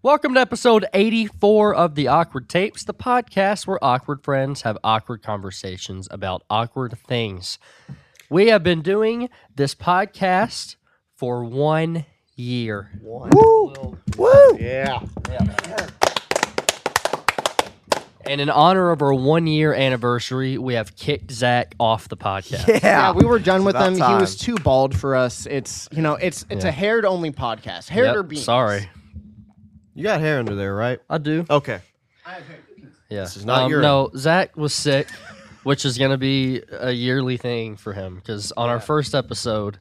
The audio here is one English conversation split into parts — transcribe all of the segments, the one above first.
Welcome to episode 84 of The Awkward Tapes, the podcast where awkward friends have awkward conversations about awkward things. We have been doing this podcast for one year. Yeah. And in honor of our one year anniversary, we have kicked Zach off the podcast. Yeah, we were done with about him. time. He was too bald for us. It's you know, it's it's a haired only podcast. Haired Yep, or beans. sorry. You got hair under there, right? I do. Okay. Yeah. Um, This is not your- No, Zach was sick, which is going to be a yearly thing for him because on our first episode,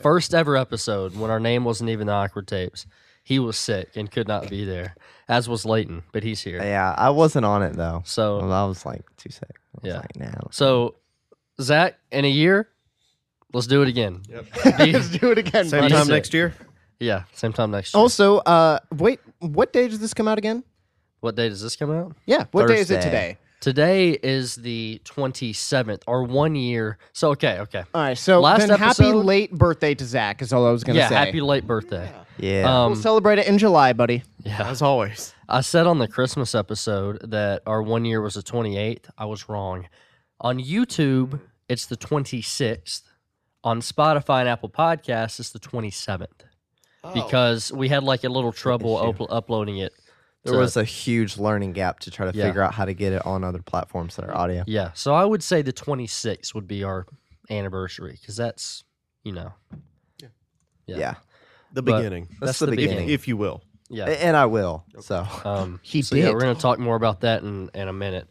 first ever episode, when our name wasn't even the awkward tapes, he was sick and could not be there, as was Leighton, but he's here. Yeah, I wasn't on it though. So, I was like too sick. I Yeah. like, nah. so Zach, in a year, let's do it again. Be- Let's do it again. Same buddy. time sick. next year. yeah, same time next year. Also, uh, wait, what day does this come out again? what day does this come out? Yeah, what day is it Thursday. Today today? is the 27th, or one year. So, okay, okay. All right, so Last then happy episode- late birthday to Zach is all I was gonna Yeah, say. happy late birthday. Um, Yeah. we'll celebrate it in July, buddy. Yeah. As always. I said on the Christmas episode that our one year was the 28th. I was wrong. On YouTube, it's the 26th. On Spotify and Apple Podcasts, it's the 27th because we had like a little trouble up- uploading it. There to- was a huge learning gap to try to Yeah. figure out how to get it on other platforms that are audio. yeah. So I would say the 26th would be our anniversary because that's, you know, Yeah. Yeah. The But beginning, that's the beginning. If, if you will. yeah. A- And I will. So Um, He so did. yeah, we're going to talk more about that in, in a minute.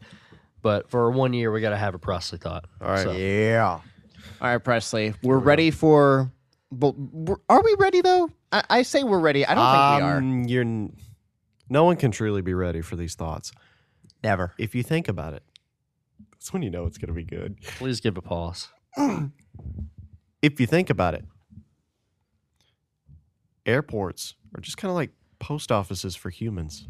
But for one year, we got to have a Presley thought. all right. Yeah. All right, Presley, we're ready for. But we're- are we ready though? I, I say we're ready. I don't think we are. Um, You're, n- no one can truly be ready for these thoughts. Never. If you think about it, that's when you know it's going to be good. Please give a pause. If you think about it, airports are just kind of like post offices for humans.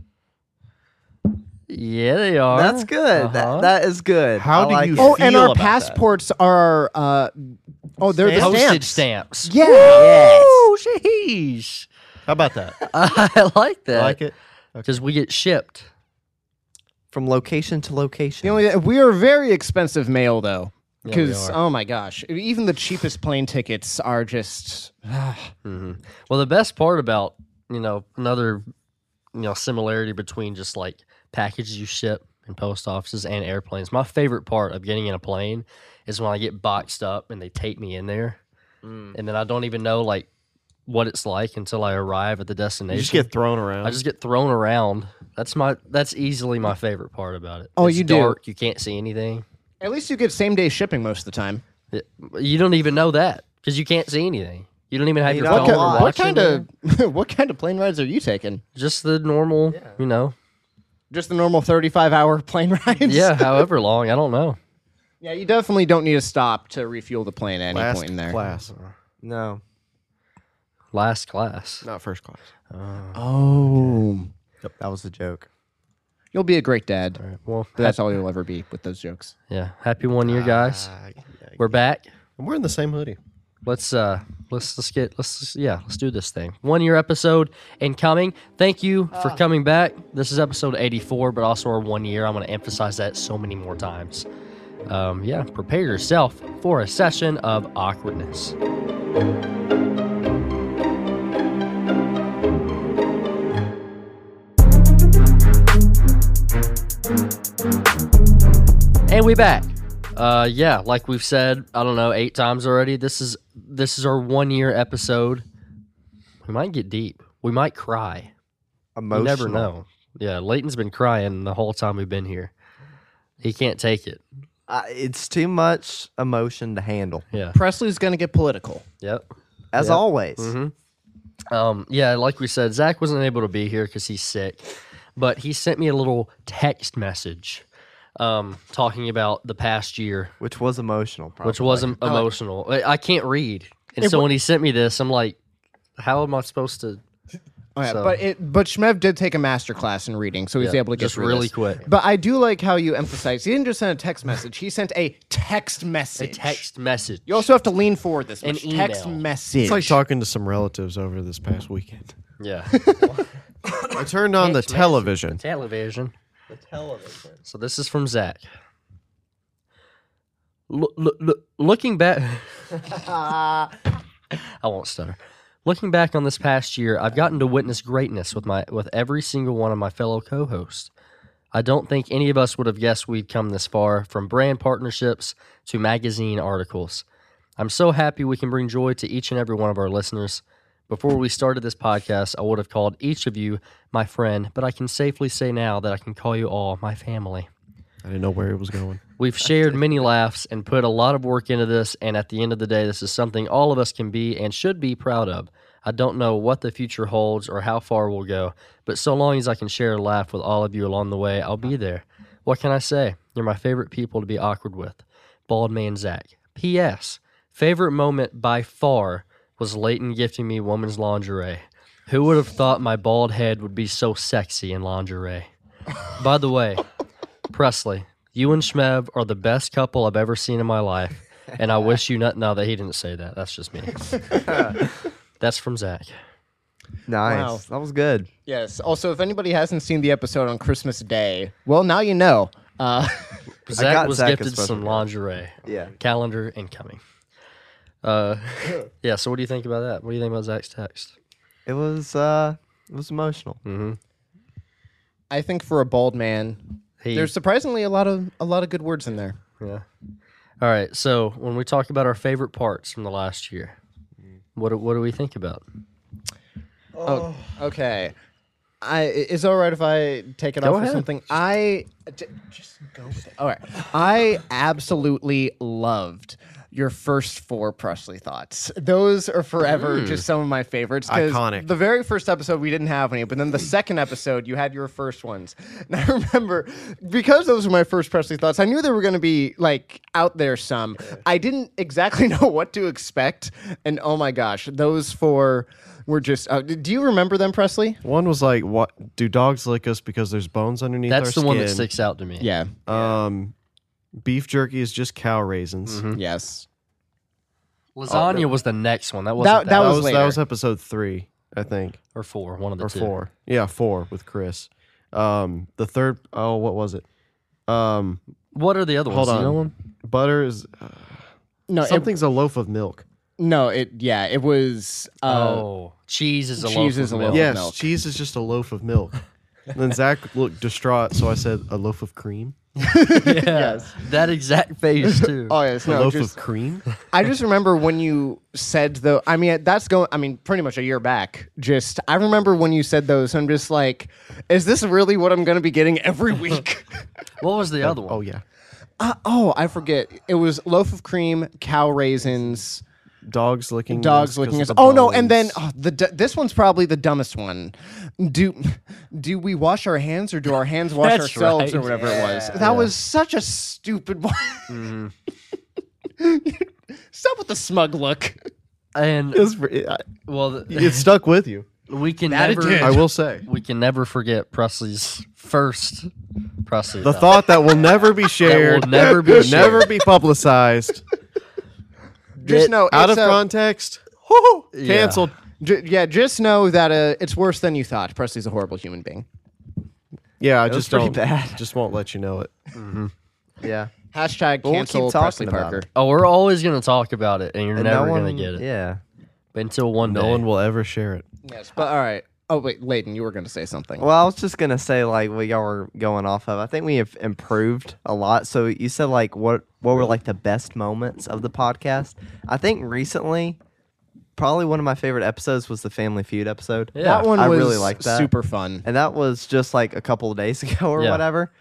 Yeah, they are. That's good. Uh-huh. That, that is good. How I do like you it. Oh, and feel our about that. passports are. Uh, oh, they're the postage stamps. stamps. Yeah. Oh, jeez. How about that? I like that. like it? Because we get shipped. From location to location. The only we are very expensive mail though, Yeah, we because are. oh my gosh, even the cheapest plane tickets are just Mhm. Well, the best part about, you know, another, you know, similarity between just like packages you ship and post offices and airplanes. My favorite part of getting in a plane is when I get boxed up and they take me in there. Mm. And then I don't even know like what it's like until I arrive at the destination. You just get thrown around. I just get thrown around. That's my that's easily my favorite part about it. Oh, It's you do. dark, You can't see anything. at least you get same day shipping most of the time. It- you don't even know that because you can't see anything. You don't even have You your don't phone. What, know or we're ki- what watch in kind there. of what kind of plane rides are you taking? just the normal, you know, Just the normal thirty five hour plane rides. yeah, however long. I don't know. yeah. You definitely don't need to stop to refuel the plane at any last point in there. class, no. Last class. not first class. Oh, That was a joke. you'll be a great dad. Well, But that's all you'll ever be with those jokes. yeah. Happy one year, guys. Uh, yeah. We're back. I'm wearing the same hoodie. Let's uh let's let's get let's yeah let's do this thing. One year episode incoming. Thank you for coming back. This is episode eighty four, but also our one year. I'm going to emphasize that so many more times. Um, yeah, prepare yourself for a session of awkwardness. And we back. Uh, yeah, like we've said, I don't know, eight times already. This is this is our one year episode. We might get deep. We might cry. Emotional. You never know. Yeah, Leighton's been crying the whole time we've been here. He can't take it. I, it's too much emotion to handle. Yeah. Presley's gonna get political. Yep. As Yep. always. Um, yeah, like we said, Zach wasn't able to be here because he's sick, but he sent me a little text message um, talking about the past year, Which was emotional, probably. which wasn't emotional. I I can't read. And so when he sent me this, I'm like, how am I supposed to? Oh, yeah, So- but it but Shmev did take a master class in reading, so he's Yeah, able to get just through really this. quick. But I do like how you emphasize he didn't just send a text message; he sent a text message. Text message. You also have to lean forward this An much. text email. message. It's like talking to some relatives over this past weekend. Yeah. Like turned on the Text message, television. Television. The television. So this is from Zach. Look, looking back, I won't stutter. Looking back on this past year, I've gotten to witness greatness with my with every single one of my fellow co-hosts. I don't think any of us would have guessed we'd come this far, from brand partnerships to magazine articles. I'm so happy we can bring joy to each and every one of our listeners. Before we started this podcast, I would have called each of you my friend, but I can safely say now that I can call you all my family. I didn't know where it was going. We've shared many laughs and put a lot of work into this, and at the end of the day, this is something all of us can be and should be proud of. I don't know what the future holds or how far we'll go, but so long as I can share a laugh with all of you along the way, I'll be there. What can I say? You're my favorite people to be awkward with. Bald man Zach. P.S. Favorite moment by far was Leighton gifting me woman's lingerie. Who would have thought my bald head would be so sexy in lingerie? By the way, Presley, you and Shmev are the best couple I've ever seen in my life, and I wish you not. No, that he didn't say that. That's just me. That's from Zach. Nice. Wow. That was good. Yes. Also, if anybody hasn't seen the episode on Christmas Day, well, now you know. Uh, Zach got was Zach a gifted special some gift. lingerie. Yeah. Calendar incoming. Uh, yeah. So, what do you think about that? What do you think about Zach's text? It was uh it was emotional. Hmm. I think for a bald man, He, there's surprisingly a lot of a lot of good words in there. yeah. All right. So, when we talk about our favorite parts from the last year, Mm. what do- what do we think about? Okay. I i- is it all right if I take it Go off ahead. or something? I j- just go with it. All right. I absolutely loved your first four Presley thoughts. Those are Hmm. forever just some of my favorites. 'cause Iconic. The very first episode we didn't have any, but then the second episode you had your first ones. And I remember because those were my first Presley thoughts, I knew they were gonna be like out there some. I didn't exactly know what to expect. And oh my gosh, those four were just uh, do you remember them, Presley? One was like, "What do dogs lick us because there's bones underneath That's the our skin?" one that sticks out to me. Yeah. Um, beef jerky is just cow raisins. Yes. Lasagna was the next one. That That, wasn't that Oh, That was was later. that was episode three, I think, or four. One of the or two. four. Yeah, four with Chris. Um, the third. Oh, what was it? Um, What are the other hold ones? on. You know them? Butter is no, it, something's a loaf of milk. no, it yeah, it was uh, oh, cheese is a loaf. cheese of is a milk. loaf. yes, milk. cheese is just a loaf of milk. and then Zach looked distraught, so I said, "A loaf of cream." Yeah, that exact face too. oh yes, A no, loaf just, of cream. I just remember when you said though I mean that's going I mean pretty much a year back. Just I remember when you said those I'm just like is this really what I'm going to be getting every week? what was the other one? oh yeah, uh, oh, I forget. It was loaf of cream, cow raisins, dogs licking. dogs us 'cause looking of at the oh no and then bones. oh, the d- this one's probably the dumbest one do do we wash our hands or do our hands wash That's ourselves or right. whatever it was that was such a stupid one Mm-hmm. stop with the smug look and It's fr- it, well, th- it stuck with you. we can That it never. did. I will say. We can never forget Presley's first Presley. The thought. thought that will never be shared, never be shared. never be publicized, just know out of it's a- context, canceled. ju- yeah just know that uh, it's worse than you thought presley's a horrible human being Yeah, I was just pretty don't. bad. Just won't let you know it. Yeah. hashtag we'll keep cancel talking presley about parker it. Oh, we're always gonna talk about it, and you're And never no one, gonna get it Yeah. until one No day. one will ever share it. yes but all right oh wait layden you were going to say something Well, I was just gonna say like what y'all were going off of. I think we have improved a lot. So you said like what what were like the best moments of the podcast? I think recently, probably one of my favorite episodes was the Family Feud episode. Yeah. that one I was really liked that. super fun and that was just like a couple of days ago or Yeah. whatever.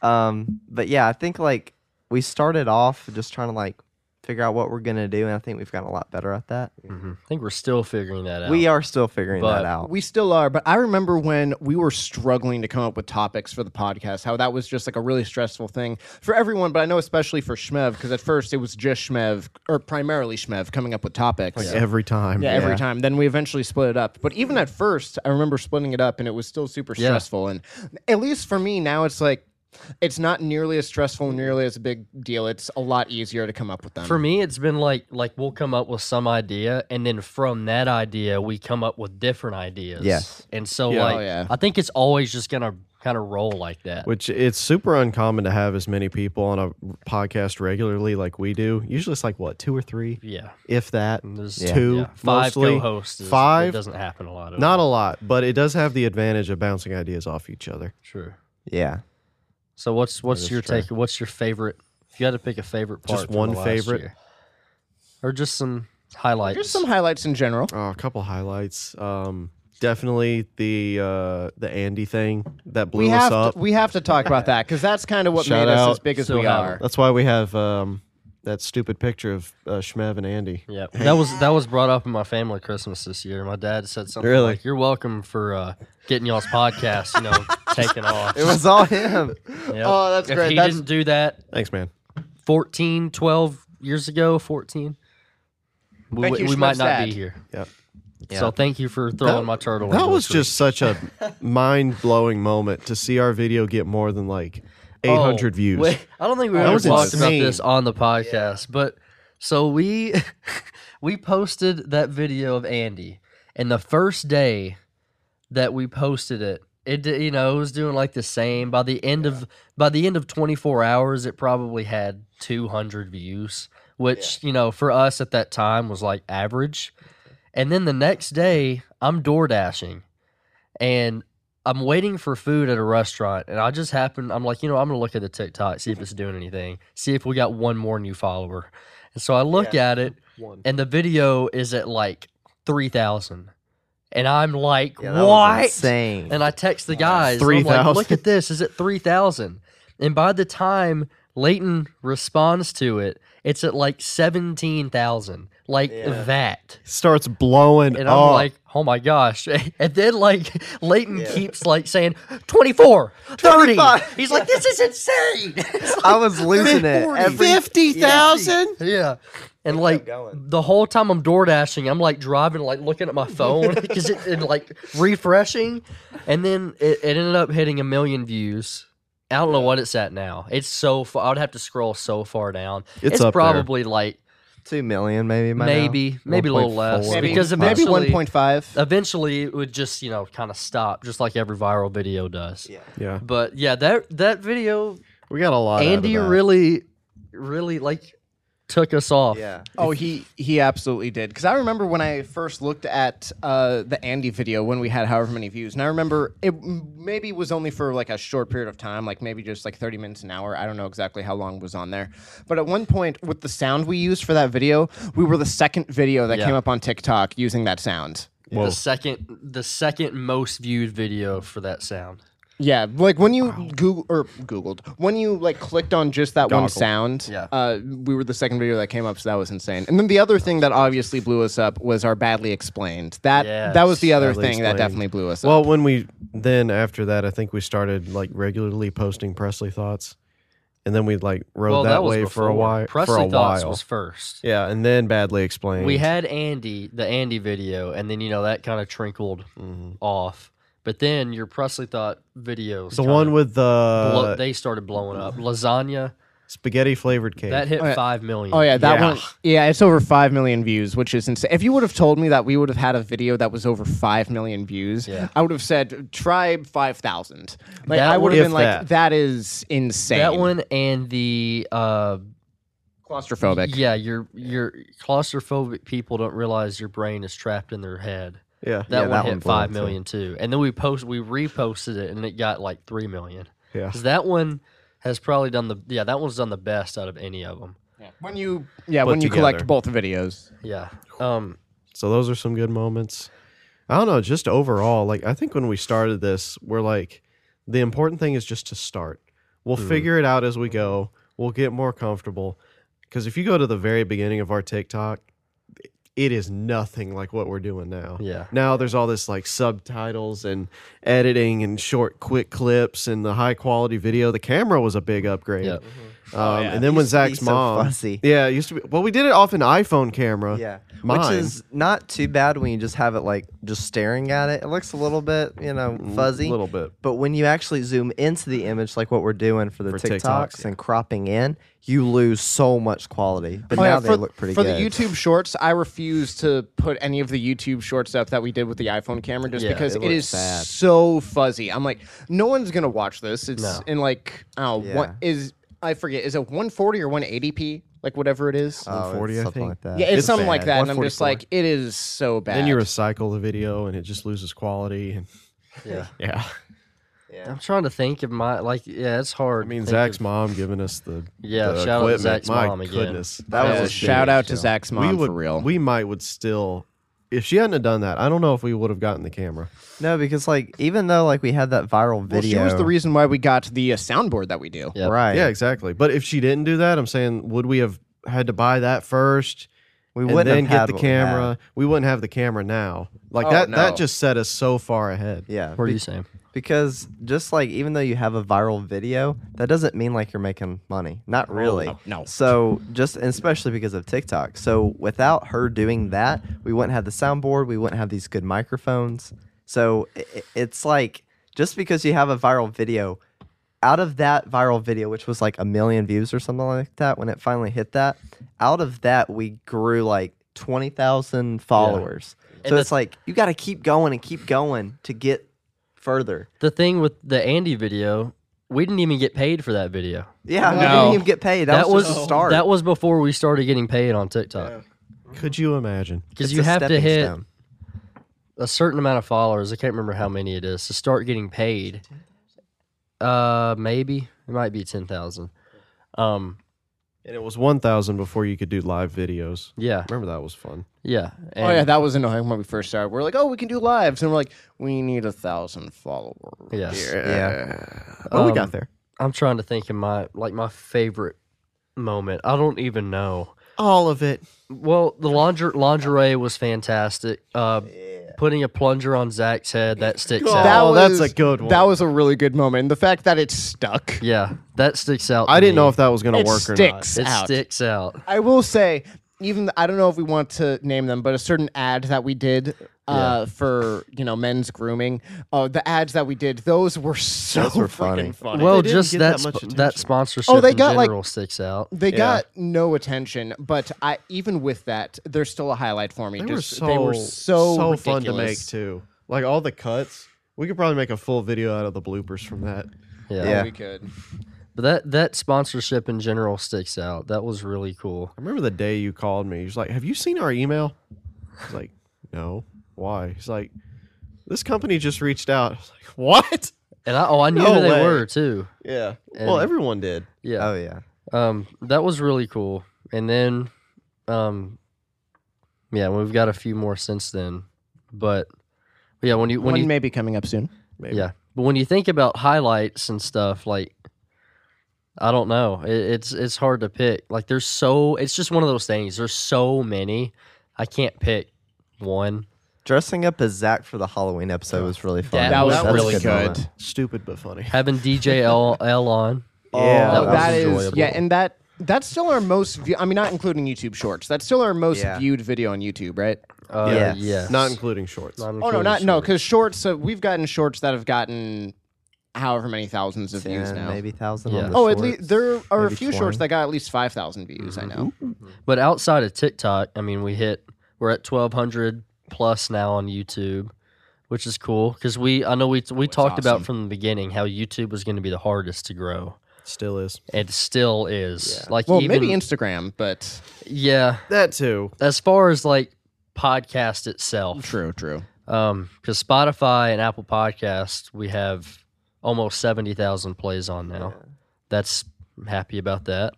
Um, but yeah, I think like we started off just trying to like figure out what we're gonna do, and I think we've gotten a lot better at that. Mhm. I think we're still figuring that out. We are still figuring But- that out. We still are, but I remember when we were struggling to come up with topics for the podcast, how that was just like a really stressful thing for everyone, but I know especially for Shmev, because at first it was just Shmev, or primarily Shmev, coming up with topics. yeah. Every time. every Oh, Yeah. time. Then we eventually split it up. But even at first, I remember splitting it up and it was still super Yeah. stressful. And at least for me, now it's like, It's not nearly as stressful, nearly as a big deal. It's a lot easier to come up with them. For me, it's been like like we'll come up with some idea, and then from that idea, we come up with different ideas. Yes. and so Yeah. like Oh, yeah. I think it's always just gonna kind of roll like that. Which it's super uncommon to have as many people on a podcast regularly like we do. Usually it's like what, two or three, yeah, if that. There's- two, yeah. five mostly. co-hosts. is- it Five. doesn't happen a lot. Of Not a lot, but it does have the advantage of bouncing ideas off each other. true. Yeah. So what's what's is your true. take? What's your favorite? If you had to pick a favorite part, Just from one the last favorite? year. or just some highlights. Just some highlights in general. Oh, a couple highlights. Um, definitely the uh, the Andy thing that blew We us have up. to, we have to talk about that because that's kind of what Shout made out. us as big as Still we have are. That's why we have um, that stupid picture of uh, Shmev and Andy. Yeah, that was that was brought up in my family Christmas this year. My dad said something Really? like, "You're welcome for uh, getting y'all's podcast, you know, taking off." It Oh, was all him. Yep. Oh, that's if great. He That's- didn't do that Thanks, man. 14, 12 years ago, 14. We, Thank you, we might Schmuck's not dad. be here. Yeah. So thank you for throwing my turtle. That into a was tree. just such a mind blowing moment to see our video get more than like 800 Oh, views. wait, I don't think we That ever was talked about insane. this on the podcast, but so we we posted that video of Andy, and the first day that we posted it, it di- you know it was doing like the same. By the end of by the end of 24 hours, it probably had 200 views, which you know for us at that time was like average. And then the next day, I'm door dashing, and I'm waiting for food at a restaurant, and I just happened. I'm like, you know, I'm gonna look at the TikTok, see if it's doing anything, see if we got one more new follower. And so I look at it, One. and the video is at like three thousand, and I'm like, Yeah, that was what? insane. And I text the guys. and I'm like, 3,000. Look at this. Is it three thousand? And by the time Leighton responds to it, it's at like seventeen thousand, like Yeah. that Starts blowing and I'm up. like, oh my gosh. And then like Leighton keeps like saying 24, 30. 25. He's like, this is insane. It's like- I was losing it. Every, 50,000? yeah. And like going. the whole time I'm door dashing, I'm like driving, like looking at my phone because it and like refreshing. And then it, it ended up hitting a million views. I don't know what it's at now. It's so far. I would have to scroll so far down. It's It's, up there. probably like Two million, maybe. by now. maybe, maybe a little 1.4. less Maybe, because maybe eventually- 1.5. eventually it would just you know kind of stop just like every viral video does Yeah. yeah. but yeah that that video We got a lot out of andy that. really really like took us off Yeah. Oh, he he absolutely did. Because I remember when I first looked at uh, the Andy video when we had however many views, and I remember it m- maybe was only for like a short period of time, like maybe just like thirty minutes an hour. I don't know exactly how long was on there, but at one point with the sound we used for that video, we were the second video that Yeah. came up on TikTok using that sound. the second the second most viewed video for that sound Yeah, like when you Google or Googled when you like clicked on just that one sound. Yeah. uh, we were the second video that came up, so that was insane. And then the other thing that obviously blew us up was our badly explained. That that was the Yes, other Badly thing that Explained. definitely blew us Well, up. when we then after that, I think we started like regularly posting Presley thoughts, and then we like rode well that, that, was way for a before. while. presley for a thoughts while. was first yeah, and then badly explained. we had andy the andy video and then you know that kind of trickled Mm-hmm. off but then your presley thought videos the kinda one with uh, the blo- they started blowing up lasagna spaghetti flavored cake. that hit yeah. 5 million Oh yeah, that Yeah. one. Yeah, it's over five million views, which is insane. If you would have told me that we would have had a video that was over five million views, Yeah. I would have said try five thousand. Like That I would one- have If been like, that. that is insane. That one and the uh, claustrophobic. yeah, your your claustrophobic people don't realize your brain is trapped in their head. yeah, That Yeah, one that hit one blew five up, too. million too, and then we post we reposted it and it got like three million. yeah. 'Cause that one has probably done the yeah that one's done the best out of any of them. When you yeah Put when you collect together. both videos. Yeah. Um. So those are some good moments. I don't know, just overall, like I think when we started this, we're like the important thing is just to start. We'll figure it out as we go. We'll get more comfortable. Cuz if you go to the very beginning of our TikTok, it is nothing like what we're doing now. Yeah. Now there's all this like subtitles and Mm-hmm. editing and short quick clips and the high quality video. The camera was a big upgrade. Yeah. Um, yeah. And then when Oh, Used to be Zach's so mom, fussy. yeah, it used to be. Well, we did it off an iPhone camera. Yeah. Mine. Which is not too bad when you just have it like just staring at it. It looks a little bit, you know, fuzzy. a little bit. But when you actually zoom into the image, like what we're doing for the For TikToks, TikToks, and cropping in, you lose so much quality. But Oh, now yeah, they for, look pretty for good. the YouTube shorts, I refuse to put any of the YouTube short stuff that we did with the iPhone camera just Yeah, because it it looks is bad. so fuzzy. I'm like, no one's gonna watch this. It's No. in like, oh, Yeah. what is I forget? Is it 140 or 180p? Like whatever it is. Oh, it's 140, I something think. like that. yeah, it's, it's something like bad. that, and I'm just 144. like, it is so bad. Then you recycle the video and it just loses quality. And Yeah. yeah, I'm trying to think of my like. Yeah, it's hard. I mean to think Zach's of- mom giving us the Yeah, the shout out to equipment. Zach's My mom again. goodness, That Yeah, was a shout shitty out to show. Zach's mom we would, for real. We might would still, if she hadn't have done that, I don't know if we would have gotten the camera. No, because like even though like we had that viral well, video, she was the reason why we got the uh, soundboard that we do. Yeah. right? Yeah, exactly. But if she didn't do that, I'm saying, would we have had to buy that first? we and wouldn't then have had get the what we had. camera. We, wouldn't have the camera now. Like Oh, that. no. That just set us so far ahead. Yeah, What are be- you saying? because just like even though you have a viral video, that doesn't mean like you're making money. Not really. no, no. So just and especially because of TikTok. So without her doing that, we wouldn't have the soundboard. We wouldn't have these good microphones. So i i- it's like just because you have a viral video, out of that viral video, which was like a million views or something like that, when it finally hit that, out of that we grew like twenty thousand followers. So And it's like you got to keep going and keep going to get further. The thing with the Andy video, we didn't even get paid for that video. Yeah, we No. didn't even get paid. That, that was, was just a start. That was before we started getting paid on TikTok Could you imagine? because It's you a have to stepping hit stone. a certain amount of followers. I can't remember how many it is to start getting paid. Uh, maybe it might be ten thousand. Um, And it was one thousand before you could do live videos. yeah, Remember that was fun. yeah. oh yeah, and- that was annoying when we first started. We're like, oh, we can do lives, and we're like, we need a thousand followers. Yes. yeah. Oh, we Um, got there. I'm trying to think of my like my favorite moment. I don't even know. All of it. Well, the lingerie, lingerie was fantastic. Uh, putting a plunger on Zach's head that sticks out. That- Oh, that's a good one. That was a really good moment. And the fact that it stuck, yeah, that sticks out. I to didn't me. know if that was gonna it work or not. sticks it out. sticks out. I will say, even I don't know if we want to name them, but a certain ad that we did uh, for you know men's grooming, uh, the ads that we did, those were so Those were freaking funny. funny. Well, didn't just get that that sp- much that, attention. sponsorship Oh, they in got, like- general sticks out. They got no attention, but I even with that, they're still a highlight for me. They were Just so they were so, fun to make ridiculous. too. Like all the cuts, we could probably make a full video out of the bloopers from that. Yeah. Yeah. We could. But that that sponsorship in general sticks out. That was really cool. I remember the day you called me. He's like, "Have you seen our email?" I was like, "No. Why?" He's like, "This company just reached out." I was like, "What?" And I oh, I knew No who they way. Uh, were too. Yeah. well, And- everyone did. Yeah. Oh yeah. Um that was really cool. And then um yeah, we've got a few more since then. But yeah, when you when One you may be coming up soon. Maybe. Yeah, but when you think about highlights and stuff, like I don't know, it, it's it's hard to pick. Like there's so it's just one of those things. There's so many, I can't pick one. Dressing up as Zach for the Halloween episode was really fun. That That was was That's a really moment. good. Stupid but funny. Having DJ L, L on, Yeah, that Oh, was that is enjoyable. yeah, and that that's still our most. View- I mean, not including YouTube Shorts. That's still our most Yeah. viewed video on YouTube, right? uh, yeah, Yes. Not including shorts. Not Oh no, including not no, shorts. because Shorts. So we've gotten Shorts that have gotten however many thousands of views Ten, now. maybe thousand. Yeah. On the oh, at shorts. least there are a maybe few shorts 20. that got at least five thousand views. I know. But outside of TikTok, I mean, we hit we're at twelve hundred plus now on YouTube, which is cool because we I know we we talked awesome. about from the beginning how YouTube was going to be the hardest to grow. Still is. It still is. Like Well, even maybe Instagram, but yeah, That too. as far as like podcast itself true, true. um because spotify and apple podcast we have almost 70000 plays on now that's I'm happy about that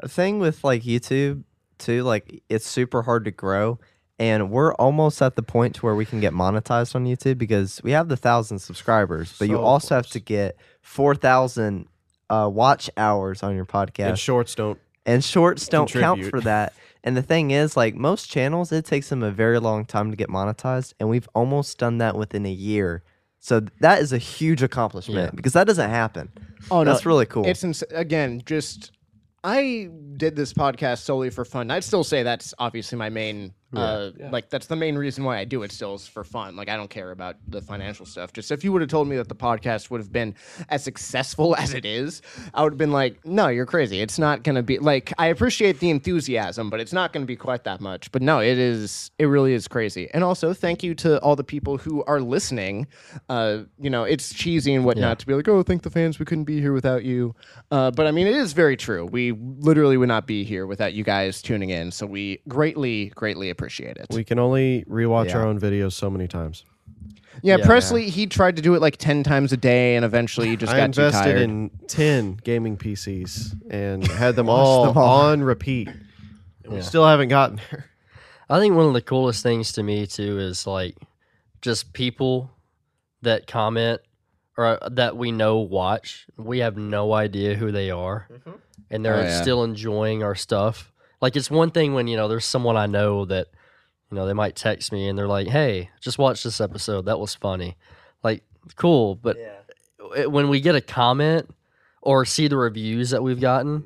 The thing with like YouTube too, like it's super hard to grow, and we're almost at the point to where we can get monetized on YouTube because we have the thousand subscribers, but you So also have close. to get four thousand uh, watch hours on your podcast, And shorts don't. and shorts don't count Contribute. for that. And the thing is, like most channels, it takes them a very long time to get monetized, and we've almost done that within a year. So th- that is a huge accomplishment because that doesn't happen. Oh, no, that's really cool. It's ins- again just I did this podcast solely for fun. I'd still say that's obviously my main uh, like that's the main reason why I do it still is for fun. Like I don't care about the financial stuff. Just if you would have told me that the podcast would have been as successful as it is, I would have been like, "No, you're crazy. It's not going to be like I appreciate the enthusiasm, but it's not going to be quite that much." But no, it is it really is crazy. And also, thank you to all the people who are listening. Uh, you know, it's cheesy and whatnot to be like, "Oh, thank the fans. We couldn't be here without you." Uh, but I mean, it is very true. We literally would not be here without you guys tuning in. So we greatly, greatly appreciate it. We can only rewatch our own videos so many times. yeah, Presley, he tried to do it like ten times a day, and eventually he just I got too invested tired. in 10 gaming PCs and had them all, on repeat. And we still haven't gotten there. I think one of the coolest things to me too is like just people that comment or uh, that we know watch. We have no idea who they are, and they're Oh, yeah. still enjoying our stuff. Like it's one thing when you know there's someone I know that you know they might text me and they're like, "Hey, just watch this episode. That was funny." Like cool, but it- eh, when we get a comment or see the reviews that we've Mm. gotten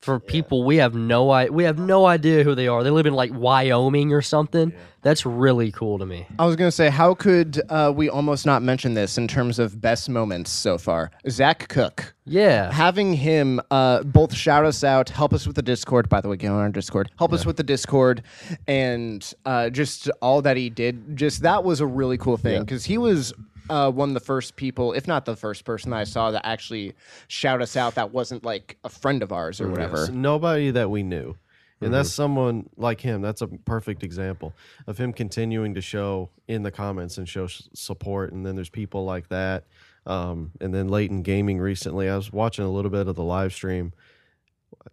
from people we have no I- we have no idea who they are. They live in like Wyoming or something. That's really cool to me. I was gonna say, how could uh, we almost not mention this in terms of best moments so far? Zach Cook. Yeah. having him uh, both shout us out, help us with the Discord. By the way, get on our Discord. Help us with the Discord, and uh, just all that he did. Just that was a really cool thing because he was. Uh, one of the first people, if not the first person that I saw that actually shout us out that wasn't like a friend of ours or whatever. Yes, nobody that we knew. And that's someone like him. That's a perfect example of him continuing to show in the comments and show s- support. And then there's people like that. Um, and then Leighton Gaming recently, I was watching a little bit of the live stream.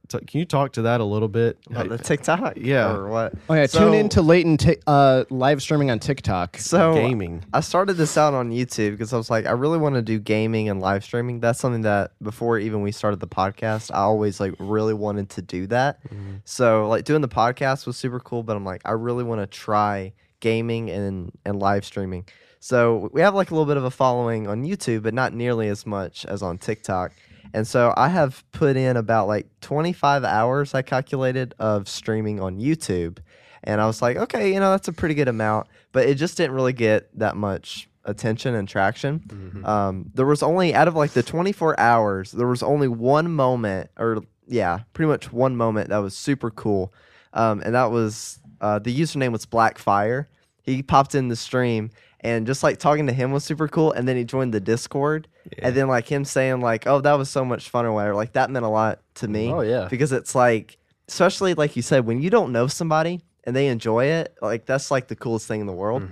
T- can you talk to that a little bit? About the TikTok, yeah. or what? Oh, yeah. So- tune in to Leighton t- uh, live streaming on TikTok. uh, so gaming. I started this out on YouTube because I was like, I really want to do gaming and live streaming. That's something that before even we started the podcast, I always like really wanted to do that. Mm-hmm. So like doing the podcast was super cool, but I'm like, I really want to try gaming and and live streaming. So we have like a little bit of a following on YouTube, but not nearly as much as on TikTok. And so I have put in about like 25 hours, I calculated, of streaming on YouTube. And I was like, okay, you know, that's a pretty good amount, but it just didn't really get that much attention and traction. Mm-hmm. Um, there was only, out of like the 24 hours, there was only one moment, or yeah, pretty much one moment that was super cool. Um, and that was uh, the username was Blackfire. He popped in the stream and just like talking to him was super cool. And then he joined the Discord. And then like him saying like, "Oh, that was so much fun" or whatever. Like that meant a lot to me. Oh, yeah. because it's like, especially like you said, when you don't know somebody and they enjoy it, like that's like the coolest thing in the world.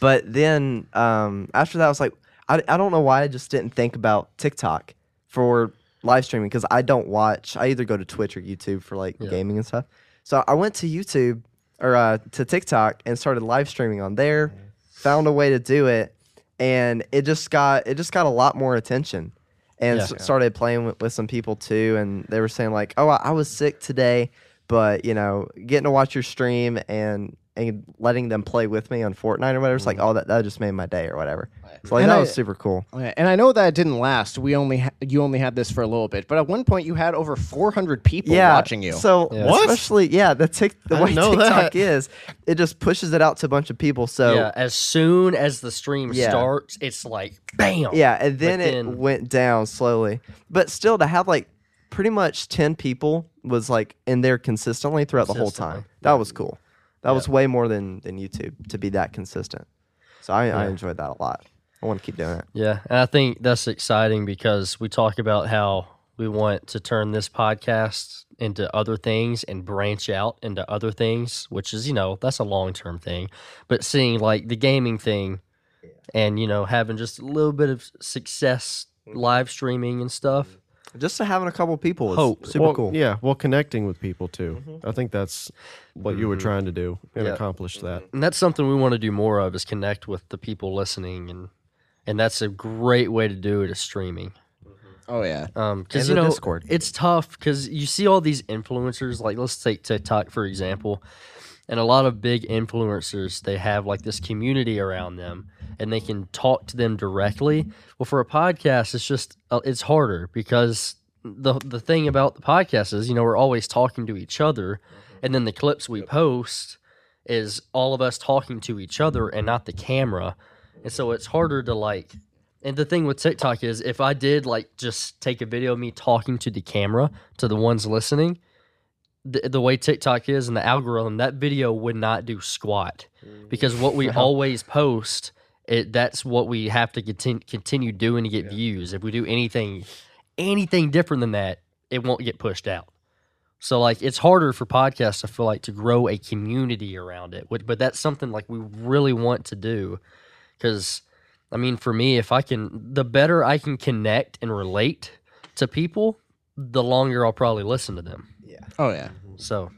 But then um, after that, I was like, I, I don't know why I just didn't think about TikTok for live streaming because I don't watch. I either go to Twitch or YouTube for like gaming and stuff. So I went to YouTube or uh, to TikTok and started live streaming on there. Found a way to do it, and it just got it just got a lot more attention. And Yeah. s- started playing with, with some people too, and they were saying like, "Oh, I, I was sick today, but you know, getting to watch your stream and and letting them play with me on Fortnite or whatever, it's like, oh, that, that just made my day or whatever." So like, And that I- was super cool. Oh, Yeah, And I know that it didn't last. We only ha- you only had this for a little bit, but at one point you had over 400 people yeah, watching you. So What? especially yeah, the tick the I way didn't know TikTok that. is, it just pushes it out to a bunch of people. So yeah. As soon as the stream Yeah. starts, it's like bam. Yeah, and then But it then- went down slowly. But still, to have like pretty much 10 people was like in there consistently throughout the whole time. Consistently, That was cool. That was way more than, than YouTube to be that consistent. So I, I enjoyed that a lot. I want to keep doing it. Yeah, and I think that's exciting because we talk about how we want to turn this podcast into other things and branch out into other things, which is, you know, that's a long term thing. But seeing like the gaming thing and, you know, having just a little bit of success live streaming and stuff. Just to having a couple people was Hope. Oh, super Well, cool. Yeah, well, connecting with people too. I think that's what you were trying to do Yeah. and Mm-hmm. accomplish that. And that's something we want to do more of is connect with the people listening and and that's a great way to do it is streaming. oh yeah. Um, because And you the know Discord. it's tough because you see all these influencers. Like let's take TikTok for example, and a lot of big influencers they have like this community around them, and they can talk to them directly. Well, for a podcast, it's just uh, it's harder because the the thing about the podcast is you know we're always talking to each other, and then the clips we post is all of us talking to each other and not the camera, and so it's harder to like. And the thing with TikTok is, if I did like just take a video of me talking to the camera to the ones listening, the, the way TikTok is and the algorithm, that video would not do squat because what we always post, it that's what we have to continue continue doing to get views. If we do anything anything different than that, it won't get pushed out. So like it's harder for podcasts I feel like to grow a community around it, which, but that's something like we really want to do because I mean for me, if I can, the better I can connect and relate to people, the longer I'll probably listen to them. Oh yeah. So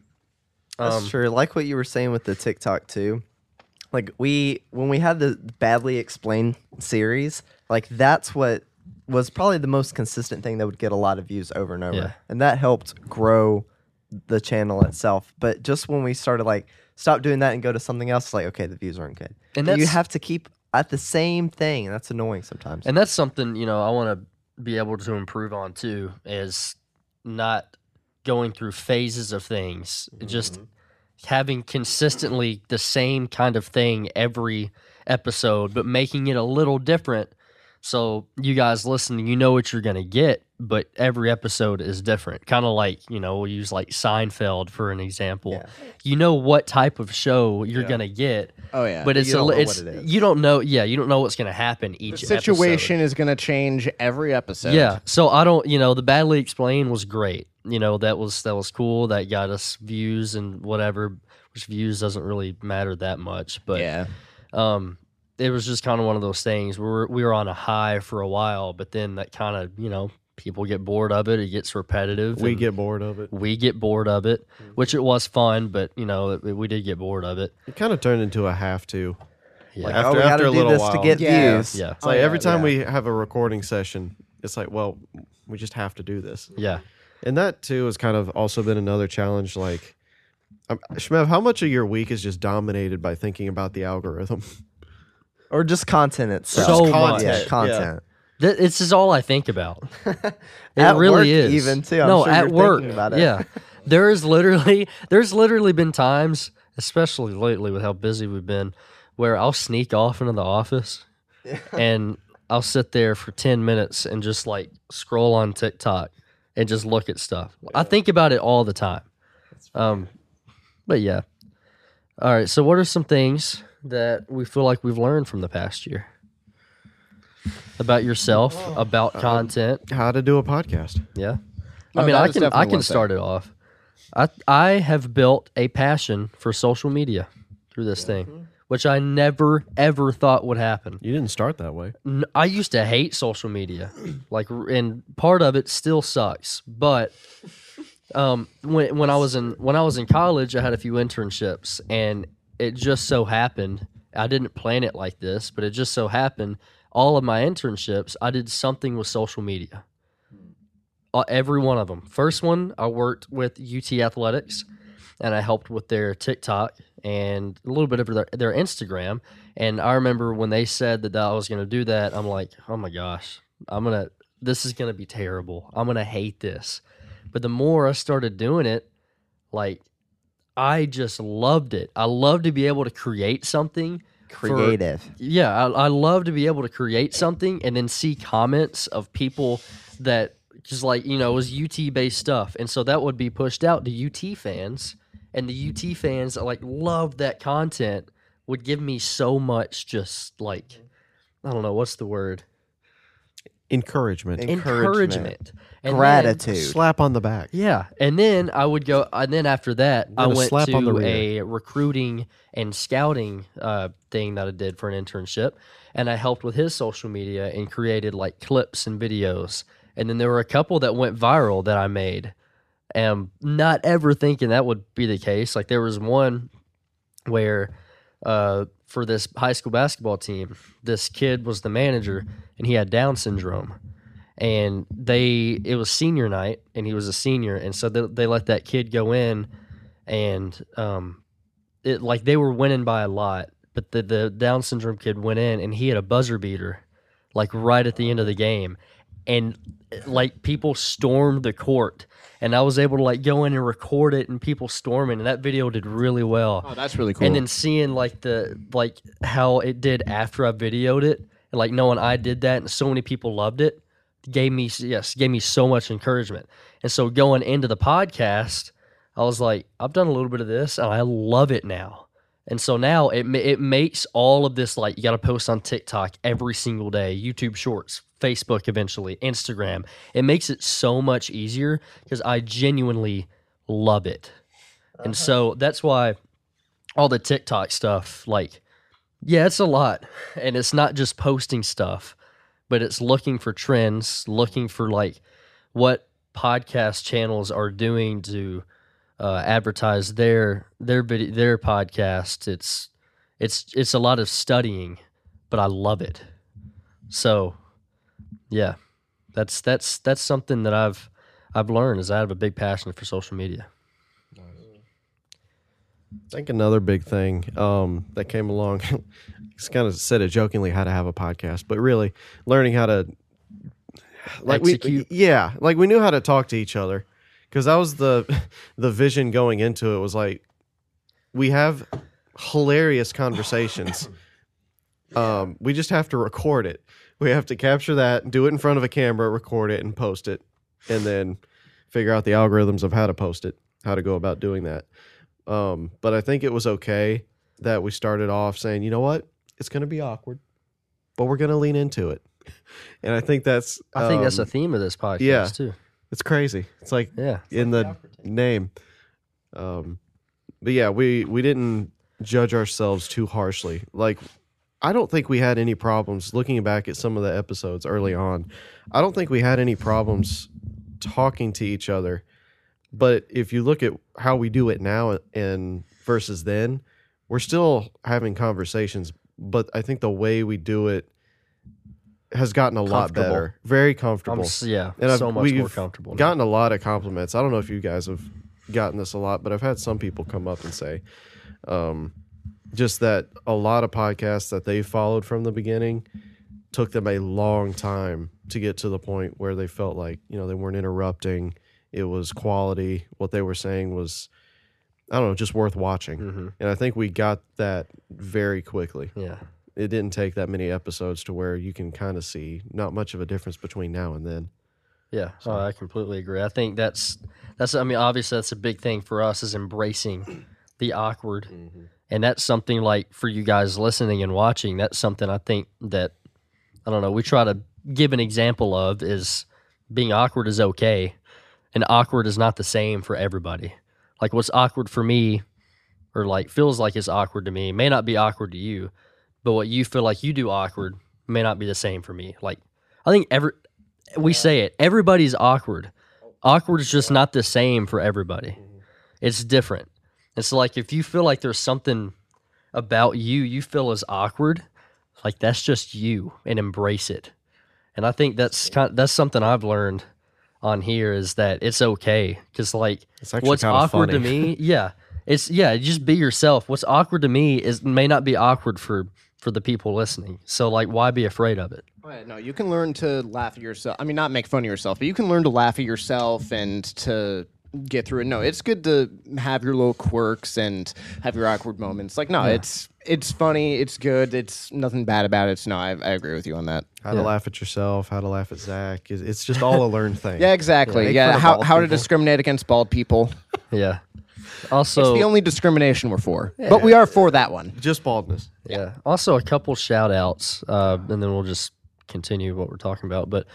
That's um, true. Like what you were saying with the TikTok too. Like we when we had the badly explained series, like that's what was probably the most consistent thing that would get a lot of views over and over. Yeah. And that helped grow the channel itself. But just when we started like stop doing that and go to something else, like okay, the views aren't good. And And you that's- have to keep at the same thing. and That's annoying sometimes. And that's something, you know, I want to be able to improve on too is not going through phases of things, just Mm-hmm. having consistently the same kind of thing every episode, but making it a little different. So you guys listening, you know what you're going to get, but every episode is different. Kind of like, you know, we'll use like Seinfeld for an example. Yeah. You know what type of show you're Yeah. going to get, Oh yeah. but it's you a, don't li- know it's what it is. you don't know, yeah, you don't know what's going to happen each the episode. situation is going to change every episode. Yeah. So I don't, you know, the badly explained was great. You know, that was that was cool. That got us views and whatever, which views doesn't really matter that much. But yeah. um, it was just kind of one of those things where we were on a high for a while, but then that kind of, you know, people get bored of it. It gets repetitive. We and get bored of it. we get bored of it, which it was fun, but you know, it, we did get bored of it. It kind of turned into a have to. Yeah. Like, oh, after, we after gotta a do little this while. to get Yeah. views. yeah. It's like every time Oh, yeah. we have a recording session, it's like, well, we just have to do this. Yeah. And that too has kind of also been another challenge. Like, um, Shmev, how much of your week is just dominated by thinking about the algorithm? Or just content itself. So much. content. yeah, content. Th- this is all I think about. It At really work is. even, too. I'm no, sure at you're work. thinking about it. Yeah, there is literally there's literally been times, especially lately with how busy we've been, where I'll sneak off into the office, and I'll sit there for ten minutes and just like scroll on TikTok and just look at stuff. I think about it all the time. Um, but yeah. All right. So, what are some things that we feel like we've learned from the past year about yourself, Oh. about content? How to do a podcast. Yeah. I No, mean, that I is can I definitely can one thing. start it off. I I have built a passion for social media through this Mm-hmm. thing, which I never ever thought would happen. You didn't start that way. N- I used to hate social media, like, r- and part of it still sucks. But um, when when I was in when I was in college, I had a few internships, and it just so happened I didn't plan it like this, but it just so happened all of my internships I did something with social media. Uh, every one of them. First one, I worked with UT Athletics, and I helped with their TikTok and a little bit of their, their Instagram. And I remember when they said that I was going to do that, I'm like, oh my gosh, I'm going to, this is going to be terrible. I'm going to hate this. But the more I started doing it, like, I just loved it. I love to be able to create something. for- Creative. yeah, I, I love to be able to create something and then see comments of people that just like you know it was UT based stuff, and so that would be pushed out to UT fans, and the UT fans that like loved that content would give me so much just like I don't know what's the word Encouragement. encouragement, And then- Gratitude. Slap on the back. yeah, and then I would go, and then after that, I With a went slap to on the a rear. recruiting and scouting uh, thing that I did for an internship, and I helped with his social media and created like clips and videos, and then there were a couple that went viral that I made, and not ever thinking that would be the case. Like there was one where uh, for this high school basketball team, this kid was the manager and he had Down syndrome. And they, it was senior night and he was a senior. And so they, they let that kid go in and um, it like they were winning by a lot. But the, the Down syndrome kid went in and he had a buzzer beater, like right at the end of the game, and like people stormed the court, and I was able to like go in and record it, and people storming, and that video did really well. Oh, that's really cool. And then seeing like the like how it did after I videoed it, and like knowing I did that, and so many people loved it, gave me yes, gave me so much encouragement. And so going into the podcast, I was like, I've done a little bit of this, and I love it now. And so now it ma- it makes all of this like you got to post on TikTok every single day, YouTube Shorts, Facebook eventually, Instagram. It makes it so much easier because I genuinely love it. And so that's why all the TikTok stuff, like, yeah, it's a lot. And it's not just posting stuff, but it's looking for trends, looking for like what podcast channels are doing to uh, advertise their their video their podcast. It's it's it's a lot of studying, but I love it. So yeah. That's that's that's something that I've I've learned is I have a big passion for social media. I think another big thing um, that came along, it's kind of said it jokingly how to have a podcast, but really learning how to like Execute. we yeah, like we knew how to talk to each other because that was the the vision going into it was like we have hilarious conversations. um, we just have to record it. We have to capture that, do it in front of a camera, record it, and post it, and then figure out the algorithms of how to post it, how to go about doing that. Um, but I think it was okay that we started off saying, you know what, it's going to be awkward, but we're going to lean into it. And I think that's I think that's um, the theme of this podcast yeah. too. it's crazy. It's like Yeah. in the name. Um, but yeah, we we didn't judge ourselves too harshly. Like, I don't think we had any problems looking back at some of the episodes early on. I don't think we had any problems talking to each other. But if you look at how we do it now and versus then, we're still having conversations. But I think the way we do it has gotten a lot Comfortable. better. Very I'm, comfortable. s- yeah, And I've- so much more we've comfortable. now. gotten a lot of compliments. I don't know if you guys have gotten this a lot, but I've had some people come up and say, um, just that a lot of podcasts that they followed from the beginning took them a long time to get to the point where they felt like you know they weren't interrupting. It was quality. What they were saying was, I don't know, just worth watching. Mhm. And I think we got that very quickly. Yeah. It didn't take that many episodes to where you can kind of see not much of a difference between now and then. Yeah, oh, I completely agree. I think that's that's. I mean, obviously, that's a big thing for us is embracing the awkward, and that's something like for you guys listening and watching. That's something I think that I don't know. We try to give an example of is being awkward is okay, and awkward is not the same for everybody. Like what's awkward for me, or like feels like it's awkward to me, may not be awkward to you, but what you feel like you do awkward may not be the same for me. Like I think every we say it. Everybody's awkward. Awkward is just not the same for everybody. Mm-hmm. It's different. It's like if you feel like there's something about you you feel is awkward, like that's just you, and embrace it. And I think that's kind that's something I've learned on here is that it's okay because like It's actually what's kinda awkward to funny. me, yeah, it's yeah, just be yourself. What's awkward to me is may not be awkward for for the people listening. So like, why be afraid of it? Right, no, you can learn to laugh at yourself. I mean, not make fun of yourself, but you can learn to laugh at yourself and to get through it. No, it's good to have your little quirks and have your awkward moments. Like, no, it's it's funny, it's good, it's nothing bad about it. It's no, I, I agree with you on that. how to laugh at yourself, how to laugh at Zach. It's, it's just all a learned thing. Yeah, exactly. make Yeah, fun of how bald how to people. discriminate against bald people. Yeah. Also, it's the only discrimination we're for, but we are for that one. Just baldness. Yeah. Also, a couple shout outs, uh, and then we'll just continue what we're talking about. But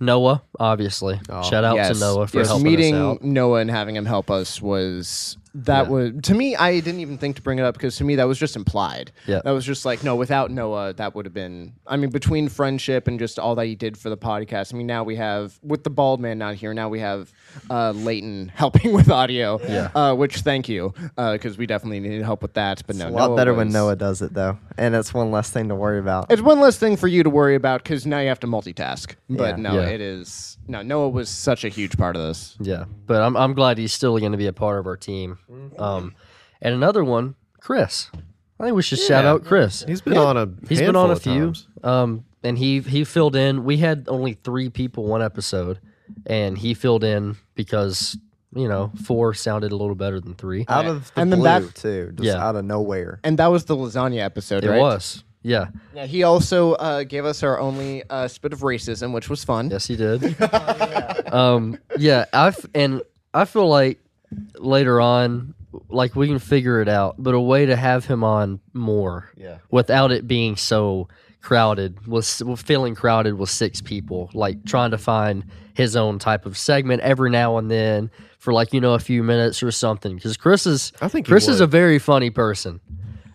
Noah, obviously, shout out yes. to Noah for yes. helping meeting us out. Noah and having him help us was that was to me I didn't even think to bring it up because to me that was just implied. Yeah. That was just like no without Noah that would have been I mean between friendship and just all that he did for the podcast. I mean now we have with the bald man not here now we have uh Leighton helping with audio. Yeah. Uh, which thank you uh, cuz we definitely needed help with that but no a lot Noah better when was- Noah does it though, and it's one less thing to worry about. it's one less thing for you to worry about because now you have to multitask. But Yeah. no, Yeah. it is no. Noah was such a huge part of this. Yeah. But I'm, I'm glad he's still going to be a part of our team. Um, and another one, Chris. I think we should shout out Chris. He's been on a He's been on handful a of few. times. Um, and he he filled in. We had only three people one episode, and he filled in because you know four sounded a little better than three. Out of the And then blue, that- too. Just Yeah. out of nowhere. And that was the lasagna episode, it right? was, yeah, Yeah, he also uh, gave us our only uh, spit of racism, which was fun. yes, he did. um, yeah, I f- and I feel like later on, like we can figure it out, but a way to have him on more Yeah. without it being so crowded was feeling crowded with six people like trying to find his own type of segment every now and then for like you know a few minutes or something because chris is I think he chris is would. a very funny person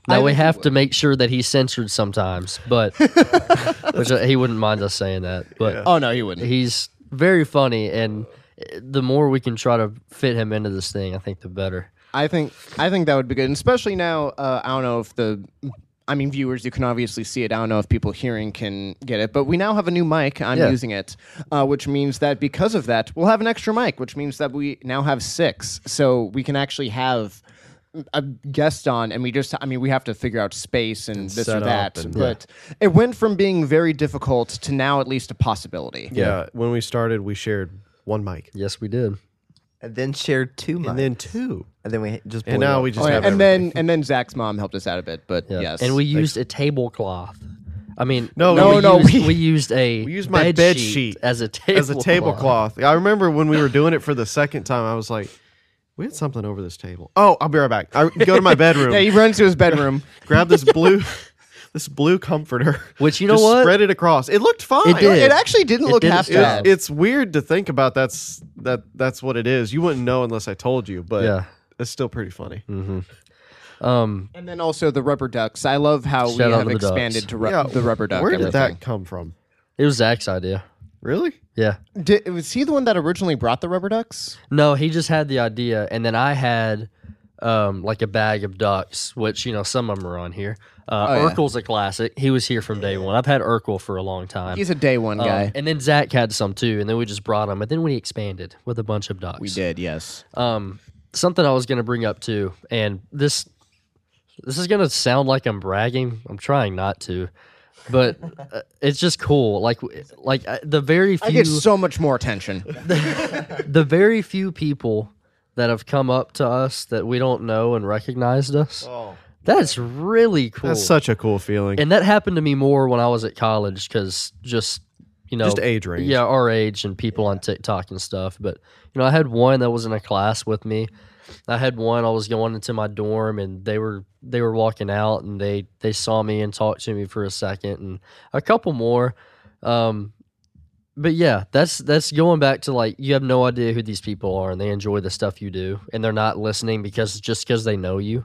now we think he have to make sure that he's censored sometimes but which uh, he wouldn't mind us saying that but Oh no, he wouldn't. he's very funny and uh, the more we can try to fit him into this thing i think the better I think I think that would be good, and especially now. Uh, I don't know if the, I mean, viewers, you can obviously see it. I don't know if people hearing can get it, but we now have a new mic. I'm Yeah. using it, uh, which means that because of that, we'll have an extra mic, which means that we now have six, so we can actually have a guest on, and we just, I mean, we have to figure out space and, this or set up that, and- but it went from being very difficult to now at least a possibility. Yeah, when we started, we shared one mic, yes we did And then shared two mics. and then two, and then we just. and blew now up. we just Oh, yeah, have. and everything. then and then Zach's mom helped us out a bit, but Yeah. yes, And we used a tablecloth. I mean, No, no, no. we- no, Used, we- we used a we used my bed sheet as a tablecloth. as a tablecloth. I remember when we were doing it for the second time, I was like, "We had something over this table." Oh, I'll be right back. I go to my bedroom, yeah, he runs to his bedroom. grab this blue, this blue comforter. Which, you know just what? Spread it across. It looked fine. It did. It actually didn't It look didn't half stop. bad. It's, it's weird to think about. That's that. That's what it is. You wouldn't know unless I told you, but Yeah. Mm-hmm. it's still pretty funny. Um, And then also the rubber ducks. I love how Shout out we have to the expanded ducks. to ru- Yeah, the rubber duck. Where and did that everything. come from? it was Zach's idea. Really? Yeah. Did, was he the one that originally brought the rubber ducks? No, he just had the idea, and then I had um, like a bag of ducks, which you know some of them are on here. Uh, Oh, yeah. Urkel's a classic. He was here from day one. I've had Urkel for a long time. He's a day one Um, guy. and then Zach had some too, and then we just brought them, and then we expanded with a bunch of ducks. We did, yes. um, something I was going to bring up too, and this this is going to sound like I'm bragging. I'm trying not to, but uh, it's just cool. Like w- like uh, the very I few get so much more attention. the very few people that have come up to us that we don't know and recognized us. That's really cool. That's such a cool feeling. and that happened to me more when I was at college because just you know Just age range. yeah our age and people on TikTok and stuff. But you know I had one that was in a class with me. I had one I was going into my dorm and they were they were walking out and they they saw me and talked to me for a second and a couple more. Um, but yeah, that's that's going back to like you have no idea who these people are and they enjoy the stuff you do and they're not listening because just because they know you.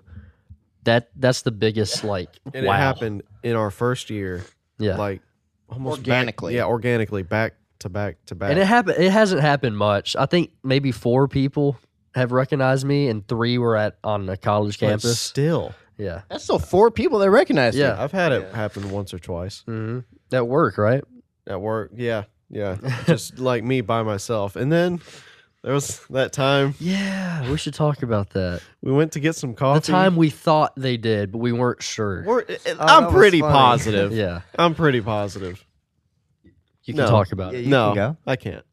That that's the biggest like and wow. it happened in our first year. Yeah. like almost back- Organically. yeah, organically, back to back to back. And it happened. It hasn't happened much. I think maybe four people have recognized me, and three were at on a college But campus. Still, Yeah, That's still four people that recognize you. yeah. I've had it happen once or twice hmm At work, right? at work. Yeah, yeah, just like me by myself. And then there was that time Yeah, we should talk about that. we went to get some The coffee. time we Oh, thought they did, but we weren't sure. We're- eh, that I'm was pretty funny. positive. Yeah, I'm pretty positive. you can No. talk about Yeah, it. you no, can go. I can't.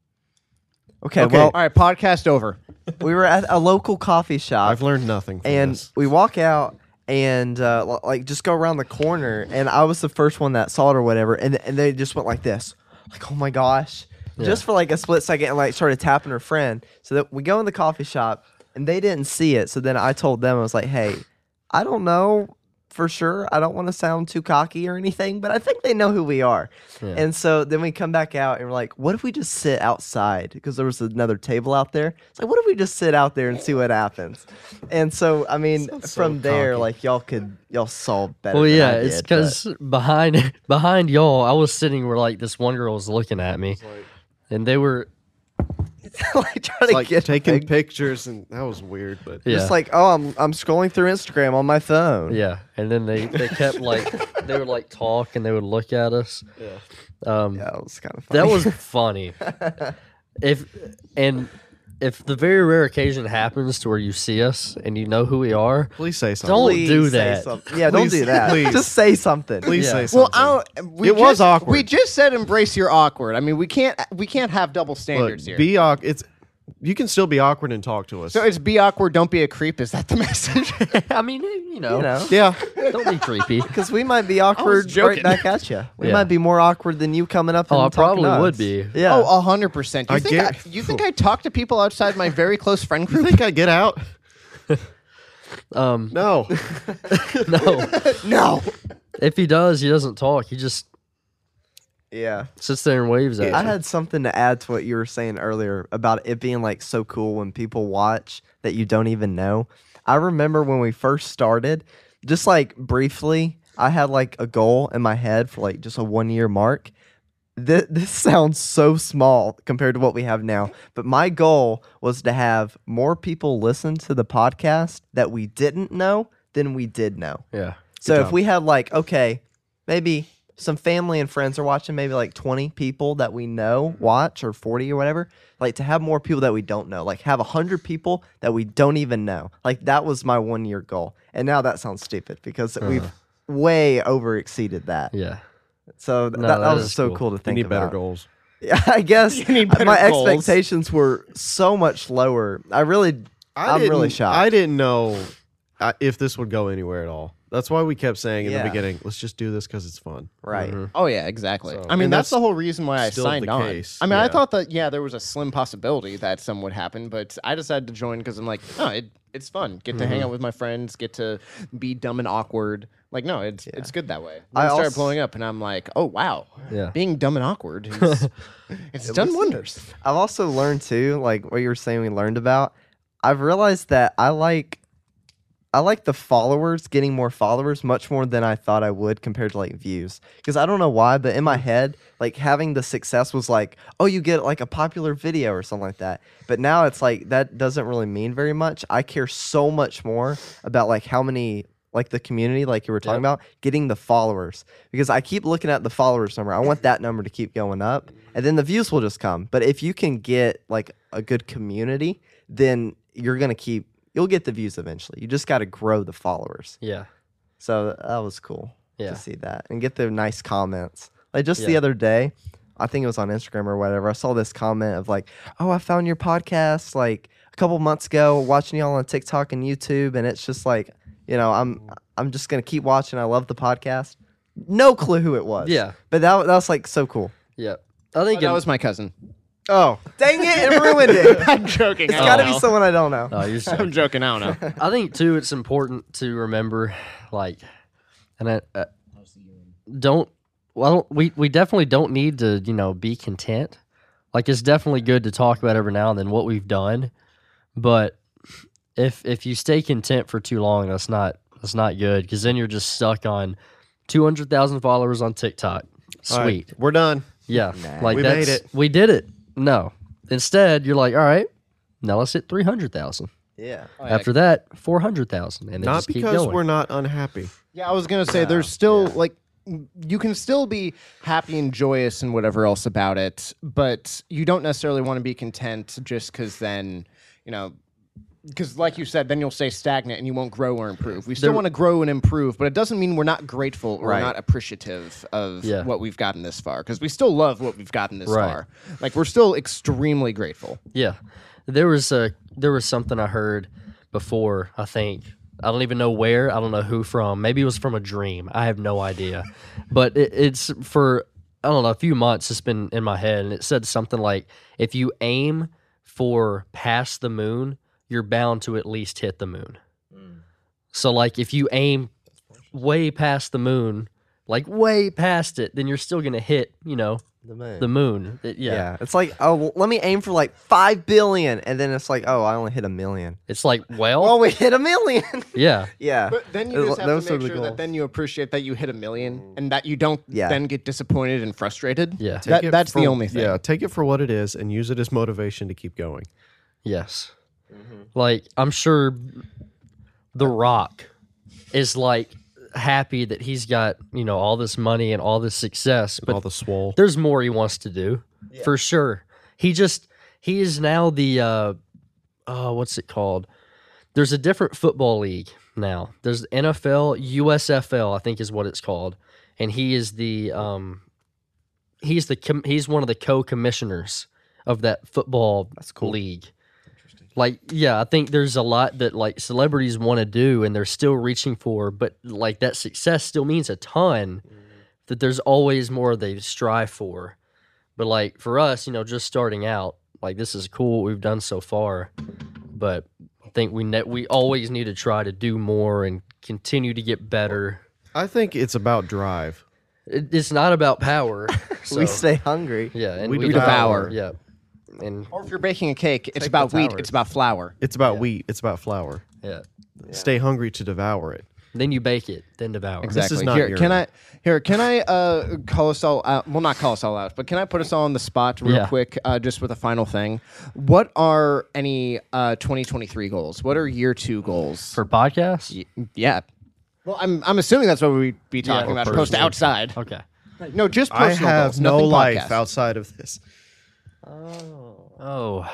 Okay, Okay. well, All right, podcast over. we were at a local coffee shop. I've learned nothing. From and this. we walk out and uh, li- like just go around the corner and i was the first one that saw it or whatever and, and they just went like this like oh my gosh just for like a split second and like started tapping her friend so that we go in the coffee shop and they didn't see it so then i told them i was like hey i don't know for sure i don't want to sound too cocky or anything but i think they know who we are and so then we come back out and we're like what if we just sit outside because there was another table out there it's like what if we just sit out there and see what happens and so i mean Sounds so from there cocky. like y'all could y'all solve better Well, than yeah, I it's did, but- because behind behind y'all, I was sitting where like this one girl was looking at me, and they were like trying like to get taking big- pictures, and that was weird. But yeah. just like oh I'm I'm scrolling through Instagram on my phone. Yeah, and then they they kept like they would like talk and they would look at us. Yeah. Um, Yeah, it was kind of funny. that was funny. if and if the very rare occasion happens to where you see us and you know who we are, Please say something. Don't Please do say that. something. Yeah, don't Please, do that. please. Just say something. Please Yeah. say Well, something. I don't, we It was just- awkward. We just said embrace your awkward. I mean, we can't we can't have double Look, standards here. be awk- It's you can still be awkward and talk to us. so it's be awkward, don't be a creep. Is that the message? I mean, you know, You know, yeah, don't be creepy. because we might be awkward joking. right back at you. We Yeah. might be more awkward than you coming up. Oh, and I talking to probably would us. be. Yeah. Oh, hundred percent. You I think get- I, you think I talk to people outside my very close friend you group? think I get out? Um, No, no, no. if he does, he doesn't talk. He just yeah. sits there and waves at I you. had something to add to what you were saying earlier about it being like so cool when people watch that you don't even know. I remember when we first started, just like briefly, I had like a goal in my head for like just a one year mark. This, this sounds so small compared to what we have now, but my goal was to have more people listen to the podcast that we didn't know than we did know. Yeah, So if we had like, okay, maybe some family and friends are watching, maybe like 20 people that we know watch or 40 or whatever, like to have more people that we don't know, like have 100 people that we don't even know. Like that was my one year goal. And now that sounds stupid because we've way over exceeded that. yeah. So th- No, that, that that was is so cool. cool to you think need better about. goals. Yeah, I guess need better my goals. expectations were so much lower. I really, I am really didn't- I shocked. didn't know uh, if this would go anywhere at all. That's why we kept saying in Yeah. the beginning, let's just do this because it's fun. right. Oh yeah, exactly. So- I mean, And that's, that's the whole reason why I still signed the on. case, I mean, I yeah. thought that yeah, there was a slim possibility that some would happen, but I decided to join because I'm like, no, it, it's fun. Get to hang Mm-hmm. out with my friends. Get to be dumb and awkward. Like, no, it's it's good that way. I Then I started also- blowing up, and I'm like, oh wow, Yeah. being dumb and awkward, is, it's done wonders. Oh, I've also learned too, like what you were saying we learned about. I've realized that I like I like the followers, getting more followers much more than I thought I would compared to like views. Because I don't know why, but in my head, like having the success was like, oh, you get like a popular video or something like that. But now it's like that doesn't really mean very much. I care so much more about like how many like the community, like you were talking about, getting the followers. Because I keep looking at the followers number. I want that number to keep going up. And then the views will just come. But if you can get like a good community, then you're gonna keep you'll get the views eventually. You just gotta grow the followers. Yeah. So that was cool Yeah. to see that. And get the nice comments. Like just the Yeah. other day, I think it was on Instagram or whatever, I saw this comment of like, Oh, I found your podcast like a couple months ago, watching y'all on TikTok and YouTube, and it's just like, you know, I'm I'm just gonna keep watching. I love the podcast. No clue who it was. Yeah. But that, that was like so cool. Yeah. I think that in- was my cousin. Oh. Dang it, it ruined it. I'm joking. It's I gotta don't be know. someone I don't know. Oh, you're I'm joking. joking. I don't know. I think too, it's important to remember, like, and I, uh, don't. Well, we we definitely don't need to, you know, be content. Like, it's definitely good to talk about every now and then what we've done, but if if you stay content for too long, that's not that's not good because then you're just stuck on two hundred thousand followers on TikTok. Sweet, All right, we're done. yeah, like We made that's, it. We did it. No, instead, you're like, all right, now let's hit three hundred thousand. Yeah. Oh, yeah. After that, four hundred thousand, and they Not just keep because going. we're not unhappy. Yeah, I was gonna say there's still like you can still be happy and joyous and whatever else about it, but you don't necessarily want to be content just because then you know. Because, like you said, then you'll stay stagnant and you won't grow or improve. We still There- want to grow and improve, but it doesn't mean we're not grateful or Right. not appreciative of Yeah. what we've gotten this far. Because we still love what we've gotten this Right. far. Like we're still extremely grateful. yeah, there was a there was something I heard before. I think I don't even know where. I don't know who from. Maybe it was from a dream. I have no idea. but it, it's for I don't know a few months. It's been in my head, and it said something like, "If you aim for past the moon, you're bound to at least hit the moon." Hmm. So like, if you aim way past the moon, like way past it, then you're still gonna hit. You know. The moon. The moon, It- yeah. yeah. It's like, oh, well, let me aim for like 5 billion. And then it's like, oh, I only hit a million. It's like, well, Well, we hit a million. yeah, yeah. But then you It- just have those to are make the sure that goals. then you appreciate that you hit a million and that you don't Yeah. then get disappointed and frustrated. Yeah. Take That- Take it that's the for- only thing. Yeah, take it for what it is and use it as motivation to keep going. yes. Like, I'm sure The Rock is like happy that he's got, you know, all this money and all this success, all but the swole. there's more he wants to do for sure. He just, he is now the, uh, oh, what's it called? There's a different football league now. There's the NFL, USFL, I think is what it's called, and he is the um, he's the com- he's one of the co-commissioners of that football That's cool. league. Like, yeah, I think there's a lot that like celebrities want to do and they're still reaching for, but like that success still means a ton Mm. that there's always more they strive for. But like for us, you know, just starting out, like this is cool what we've done so far, but I think we ne- we always need to try to do more and continue to get better. I think it's about drive. It, it's not about power. So, We stay hungry. yeah, and we devour. Yeah. And Or if you're baking a cake, it's about wheat, it's about flour. It's about wheat. It's about flour. yeah. Stay hungry to devour it. Then you bake it, then devour. it. This is not here, your- can I here can I uh, call us all out? Well, not call us all out, but can I put us all on the spot real Yeah. quick, uh, just with a final thing? What are any uh, 2023 goals? What are year two goals? For podcasts? yeah. Well, I'm I'm assuming that's what we'd be talking or about. Post personal. outside. Okay. No, just I personal have goals, no nothing life podcast. outside of this. Oh.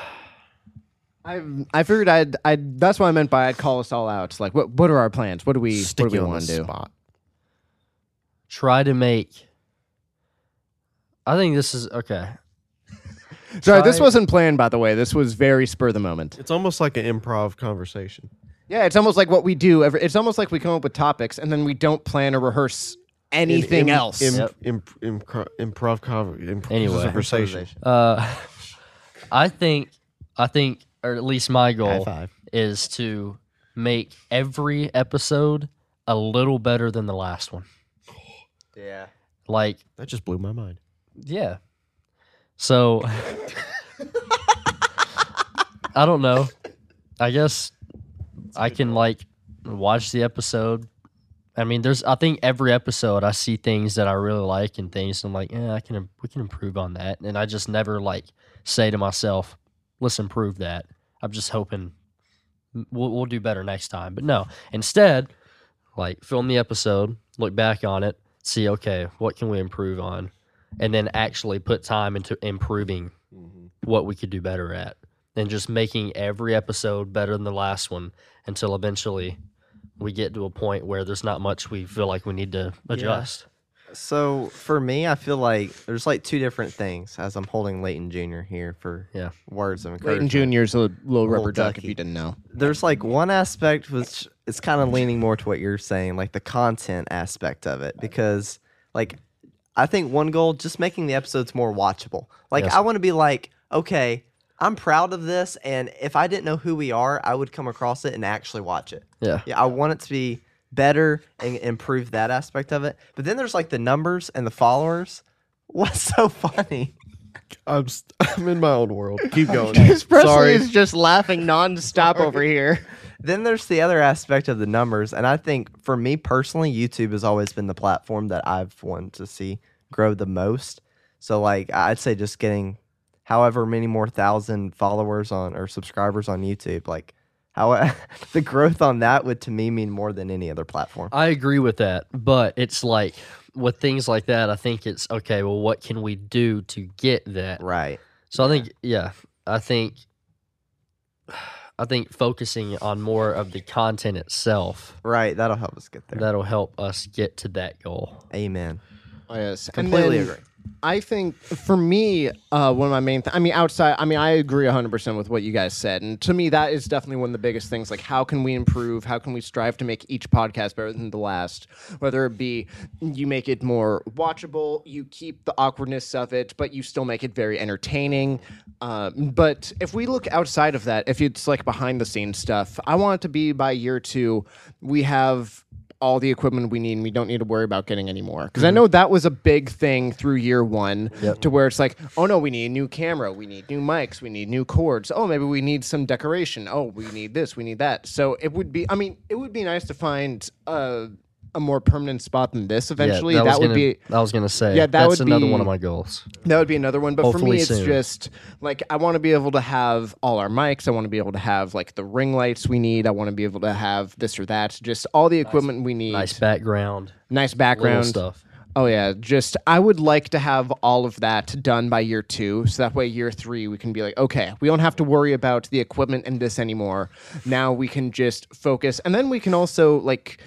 I I figured I'd I that's what I meant by I'd call us all out. It's like what what are our plans? What do we Stick what do you we on want the to do? spot. Try to make I think this is okay. Sorry, this Try- wasn't planned by the way. This was very spur of the moment. It's almost like an improv conversation. Yeah, it's almost like what we do every it's almost like we come up with topics and then we don't plan or rehearse anything Im- else. Im- Yep. im- improv, improv conver- imp- Anyway. conversation. Uh, I think, I think, or at least my goal five. is to make every episode a little better than the last one. Yeah. Like, That just blew my mind. yeah. So, I don't know. I guess I can like watch the episode. I mean, there's. I think every episode I see things that I really like and things I'm like, yeah, I can. We can improve on that, and I just never like say to myself, let's improve that. I'm just hoping we'll, we'll do better next time. But no, instead, like film the episode, look back on it, see okay, what can we improve on, and then actually put time into improving what we could do better at, and just making every episode better than the last one until eventually we get to a point where there's not much we feel like we need to adjust. So for me, I feel like there's like two different things as I'm holding Leighton Jr. here for Yeah. words of encouragement. Clayton Jr.'s a little, rubber Little duck if ducky. you didn't know. there's like one aspect which is kind of leaning more to what you're saying, like the content aspect of it, because like I think one goal just making the episodes more watchable. Like Yes. I want to be like, okay, I'm proud of this, and if I didn't know who we are, I would come across it and actually watch it. Yeah. Yeah, I want it to be better and improve that aspect of it. But then there's like the numbers and the followers. What's so funny? I'm st- I'm in my own world. Keep going. Chris Presley Sorry. is just laughing nonstop over here. Then there's the other aspect of the numbers, and I think for me personally, YouTube has always been the platform that I've wanted to see grow the most. So like I'd say just getting however many more thousand followers on or subscribers on YouTube, like how the growth on that would to me mean more than any other platform. I agree with that, but it's like with things like that, I think it's okay. Well, what can we do to get that? Right. So I think, yeah, I think, I think focusing on more of the content itself Right. That'll help us get there. that'll help us get to that goal. Amen. Oh, yes. And Completely then- agree. I think for me, uh, one of my main, th- I mean, outside, I mean, I agree 100% with what you guys said. And to me, that is definitely one of the biggest things. Like, how can we improve? How can we strive to make each podcast better than the last? Whether it be you make it more watchable, you keep the awkwardness of it, but you still make it very entertaining. Um, but if we look outside of that, if it's like behind the scenes stuff, I want it to be by year two, we have all the equipment we need and we don't need to worry about getting any more. Because I Mm-hmm. know that was a big thing through year one to where it's like, oh no, we need a new camera, we need new mics, we need new cords. Oh, maybe we need some decoration. Oh, we need this, we need that. So it would be, I mean, it would be nice to find a, a more permanent spot than this eventually. that was would gonna, be I was gonna say. Yeah, that that's would another one be- of my goals. that would be another one. But for Hopefully me, it's soon. just like I want to be able to have all our mics. I want to be able to have like the ring lights we need. I want to be able to have this or that. Just all the equipment we need. Nice background, nice little background. stuff. Oh yeah, just I would like to have all of that done by year 2 so that way year 3 we can be like okay, we don't have to worry about the equipment and this anymore. Now we can just focus and then we can also like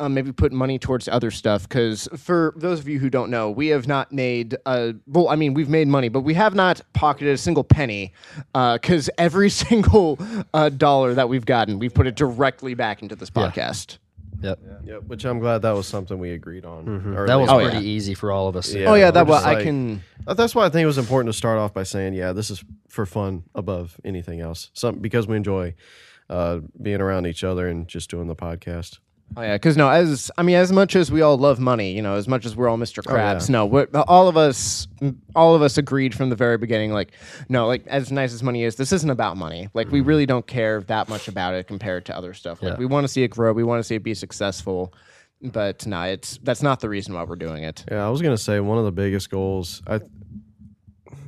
uh, maybe put money towards other stuff cuz for those of you who don't know, we have not made uh well I mean we've made money, but we have not pocketed a single penny uh cuz every single uh dollar that we've gotten, we've put it directly back into this podcast. Yep. Yeah, which I'm glad that was something we agreed on. or at That was least- Oh, pretty yeah. easy for all of us. Yeah. Oh yeah, we're that just was I like- can Uh, That's why I think it was important to start off by saying, yeah, this is for fun above anything else. Some because we enjoy uh, being around each other and just doing the podcast. Oh yeah, because no, as I mean, as much as we all love money, you know, as much as we're all Mr. Oh, Krabs, no, we're, all of us, all of us agreed from the very beginning, like, no, like as nice as money is, this isn't about money. Like, Mm-hmm. we really don't care that much about it compared to other stuff. Like, Yeah. we want to see it grow, we want to see it be successful, but no, it's that's not the reason why we're doing it. Yeah, I was gonna say one of the biggest goals. I,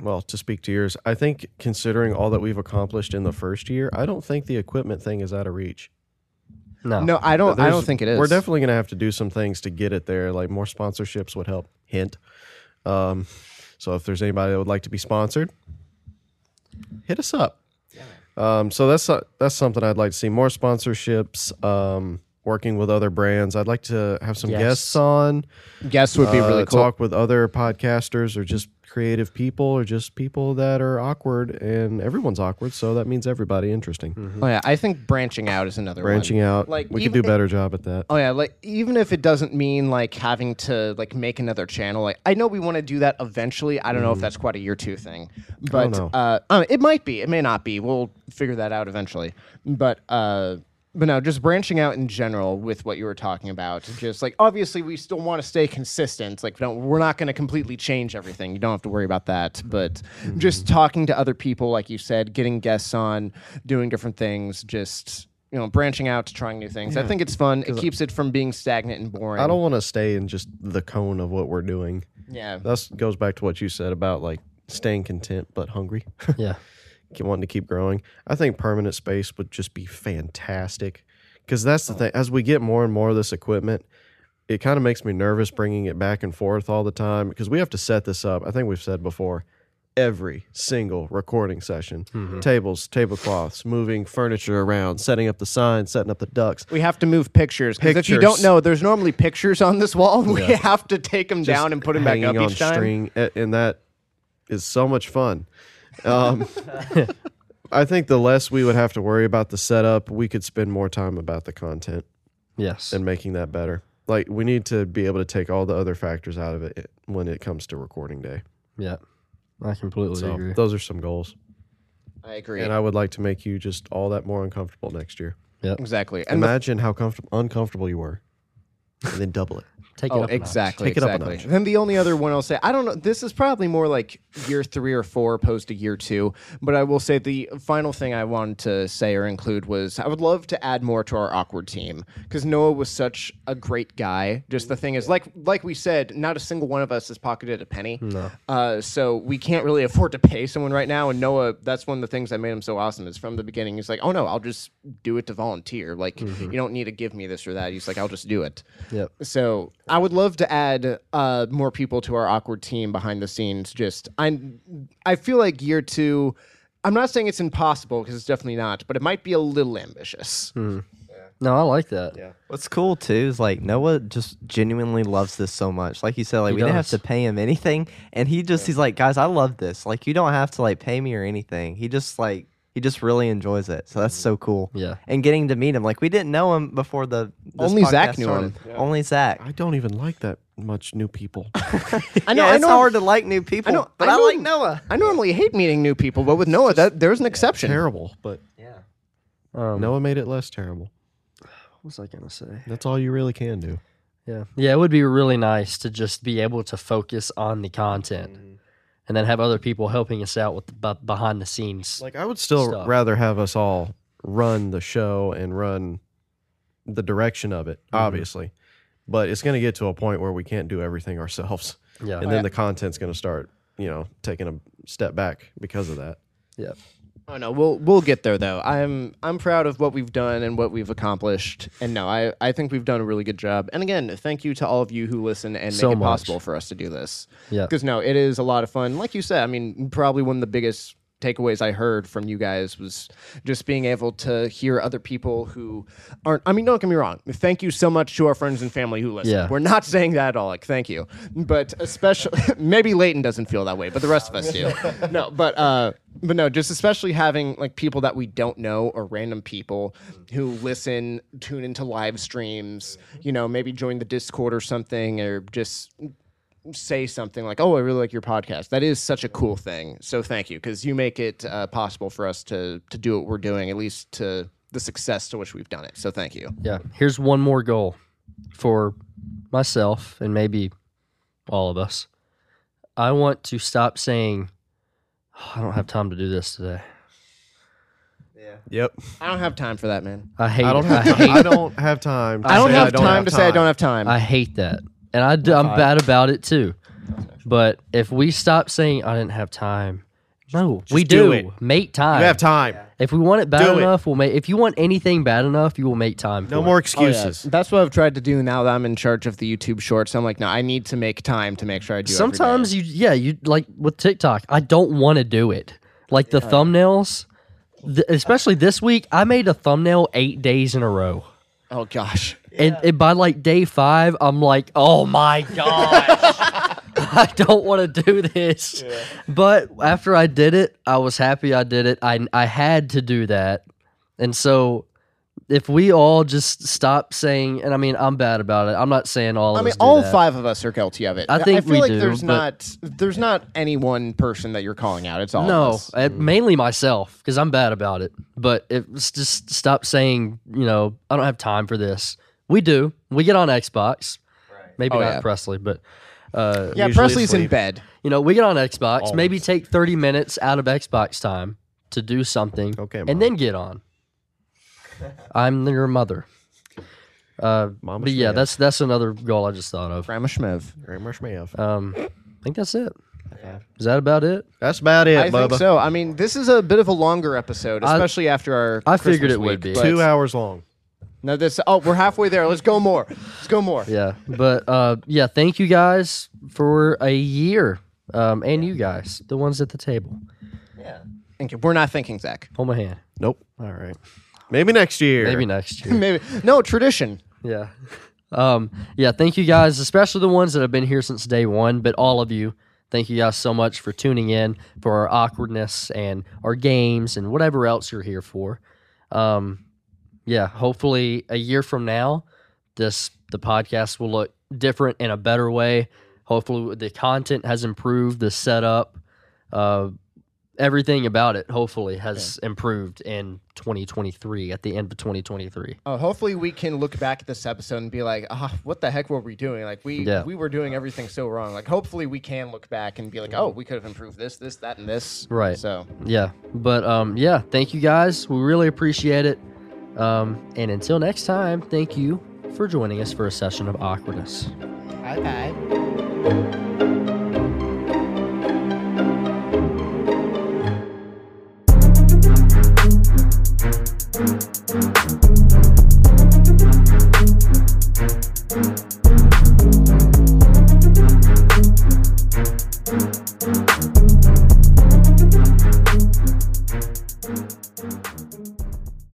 well, to speak to yours, I think considering all that we've accomplished in the first year, I don't think the equipment thing is out of reach. No. No, I don't, I There's- don't think it is. We're definitely gonna have to do some things to get it there. Like more sponsorships would help. Hint. Um, so if there's anybody that would like to be sponsored, hit us up. Um, so that's so- that's something I'd like to see more sponsorships. Um, working with other brands, I'd like to have some Yes. guests on guests would be uh, really cool. talk with other podcasters or just creative people or just people that are awkward and everyone's awkward so that means everybody interesting Oh yeah, I think branching out is another one. branching out Like, like we could even do if- better job at that Oh yeah, like even if it doesn't mean like having to like make another channel, like I know we want to do that eventually. I don't know if that's quite a year two thing, but know. uh, uh, it might be. It may not be. We'll figure that out eventually. But uh, but no, just branching out in general with what you were talking about. Just like obviously we still want to stay consistent. Like don't, we're not going to completely change everything. You don't have to worry about that. But Mm-hmm. just talking to other people, like you said, getting guests on, doing different things, just you know, branching out to trying new things. I think it's fun. It keeps it from being stagnant and boring. i don't want to stay in just the cone of what we're doing Yeah. that goes back to what you said about like staying content but hungry Yeah. keep wanting to keep growing. I think permanent space would just be fantastic because that's the thing. As we get more and more of this equipment, it kind of makes me nervous bringing it back and forth all the time because we have to set this up. I think we've said before every single recording session tables, tablecloths, moving furniture around, setting up the sign, setting up the ducks. We have to move pictures because if you don't Pictures. know, there's normally pictures on this wall. We have to take them down and put them back up hanging on each time. string, a- and that is so much fun. Um, I think the less we would have to worry about the setup, we could spend more time about the content Yes. and making that better. Like we need to be able to take all the other factors out of it when it comes to recording day. yeah. I completely So agree. those are some goals, I agree. and I would like to make you just all that more uncomfortable next year. exactly. And the- Imagine how comfortable uncomfortable you were, and then double it. Take it oh, up a notch. exactly. Take it up a exactly. notch. Then the only other one I'll say, I don't know. This is probably more like year three or four opposed to year two. But I will say the final thing I wanted to say or include was I would love to add more to our awkward team because Noah was such a great guy. Just the thing is, like like we said, not a single one of us has pocketed a penny. No. Uh, so we can't really afford to pay someone right now. And Noah, that's one of the things that made him so awesome is from the beginning. He's like, oh no, I'll just do it to volunteer. Like Mm-hmm. you don't need to give me this or that. He's like, I'll just do it. Yep. So I would love to add uh, more people to our awkward team behind the scenes. Just I, I feel like year two. I'm not saying it's impossible because it's definitely not, but it might be a little ambitious. No, I like that. What's cool too is like Noah just genuinely loves this so much. Like you said, like He we didn't have does. to pay him anything, and he just he's like, guys, I love this. Like you don't have to like pay me or anything. He just like he just really enjoys it. So that's Mm-hmm. so cool. Yeah. And getting to meet him, like we didn't know him before the this Only Zach podcast knew him. started. Only Zach. I don't even like that much new people. I know. yeah, I it's know. hard to like new people, know- but I I, know- like Noah. I normally hate meeting new people, but with Noah, that there's an exception. terrible, but Yeah. Um, Noah made it less terrible. What was I gonna say? That's all you really can do. Yeah. Yeah, it would be really nice to just be able to focus on the content Mm-hmm. and then have other people helping us out with the b- behind the scenes. Like I would still stuff. rather have us all run the show and run the direction of it, obviously. But it's going to get to a point where we can't do everything ourselves, yeah. and then the content's going to start, you know, taking a step back because of that. yeah. Oh no, we'll we'll get there though. I'm I'm proud of what we've done and what we've accomplished. And no, I, I think we've done a really good job. And again, thank you to all of you who listen and So make it much. possible for us to do this. Yeah. Because no, it is a lot of fun. Like you said, I mean, probably one of the biggest takeaways I heard from you guys was just being able to hear other people who aren't I mean, don't get me wrong. Thank you so much to our friends and family who listen. Yeah. We're not saying that at all, like thank you. But especially maybe Leighton doesn't feel that way, but the rest of us do. No, but uh but no, just especially having like people that we don't know or random people who listen, tune into live streams, you know, maybe join the Discord or something or just say something like, "Oh, I really like your podcast." That is such a cool thing. So thank you because you make it uh, possible for us to to do what we're doing, at least to the success to which we've done it. So thank you. Yeah. Here's one more goal for myself and maybe all of us. I want to stop saying, "Oh, I don't have time to do this today. Yep. I don't have time for that, man. I hate I don't it. have. I, hate, Time. I don't have time. to I don't say have time to say I don't have I time. hate that. And I do, I'm bad about it too. But if we stop saying, I didn't have time, no, we do do. it. Make time. You have time. If we want it bad Do it. enough, we'll make. If you want anything bad enough, you will make time. No for more it. Oh, yeah. excuses. That's what I've tried to do now that I'm in charge of the YouTube shorts. I'm like, no, I need to make time to make sure I do. every day." Sometimes you, yeah, you like with TikTok. I don't want to do it. Like the thumbnails, th- especially this week, I made a thumbnail eight days in a row. oh gosh, And, and by like day five, I'm like, oh my gosh, I don't want to do this. But after I did it, I was happy I did it. I, I had to do that. And so if we all just stop saying, and I mean, I'm bad about it. I'm not saying all of I mean, us do all that. five of us are guilty of it. I think feel we like do, there's but- not there's not any one person that you're calling out. It's all of No, us. Mm. uh, mainly myself because I'm bad about it. But it's just stop saying, you know, I don't have time for this. We do. We get on Xbox. Maybe Oh, not yeah. Presley, but uh, Yeah, Usually Presley's in asleep. bed. you know, we get on Xbox. Maybe take 30 minutes out of Xbox time to do something. Okay, Mom. and then get on. I'm your mother. Uh, Mama but yeah, Schmeev. that's that's another goal I just thought of. Grandma Schmev. Grammar Schmeev. Uh, Um, I think that's it. Is that about it? That's about it, I Bubba. think so. I mean, this is a bit of a longer episode, I- especially after our. I figured Christmas it would be. week, but- Two hours long. No, this. Oh, we're halfway there. Let's go more. Let's go more. yeah but uh yeah thank you guys for a year um and you guys the ones at the table Thank you. We're not thinking, Zach. hold my hand Nope. All right. Maybe next year. maybe next year Maybe no tradition. yeah um yeah thank you guys especially the ones that have been here since day one but all of you thank you guys so much for tuning in for our awkwardness and our games and whatever else you're here for um yeah hopefully a year from now this the podcast will look different in a better way hopefully the content has improved the setup uh everything about it hopefully has improved in 2023 at the end of 2023 Uh, hopefully, we can look back at this episode and be like, ah, what the heck were we doing? Like we Yeah. we were doing everything so wrong. Like hopefully, we can look back and be like, oh, we could have improved this, this, that, and this. Right. So yeah but um yeah thank you guys we really appreciate it um and until next time thank you for joining us for a session of awkwardness bye bye.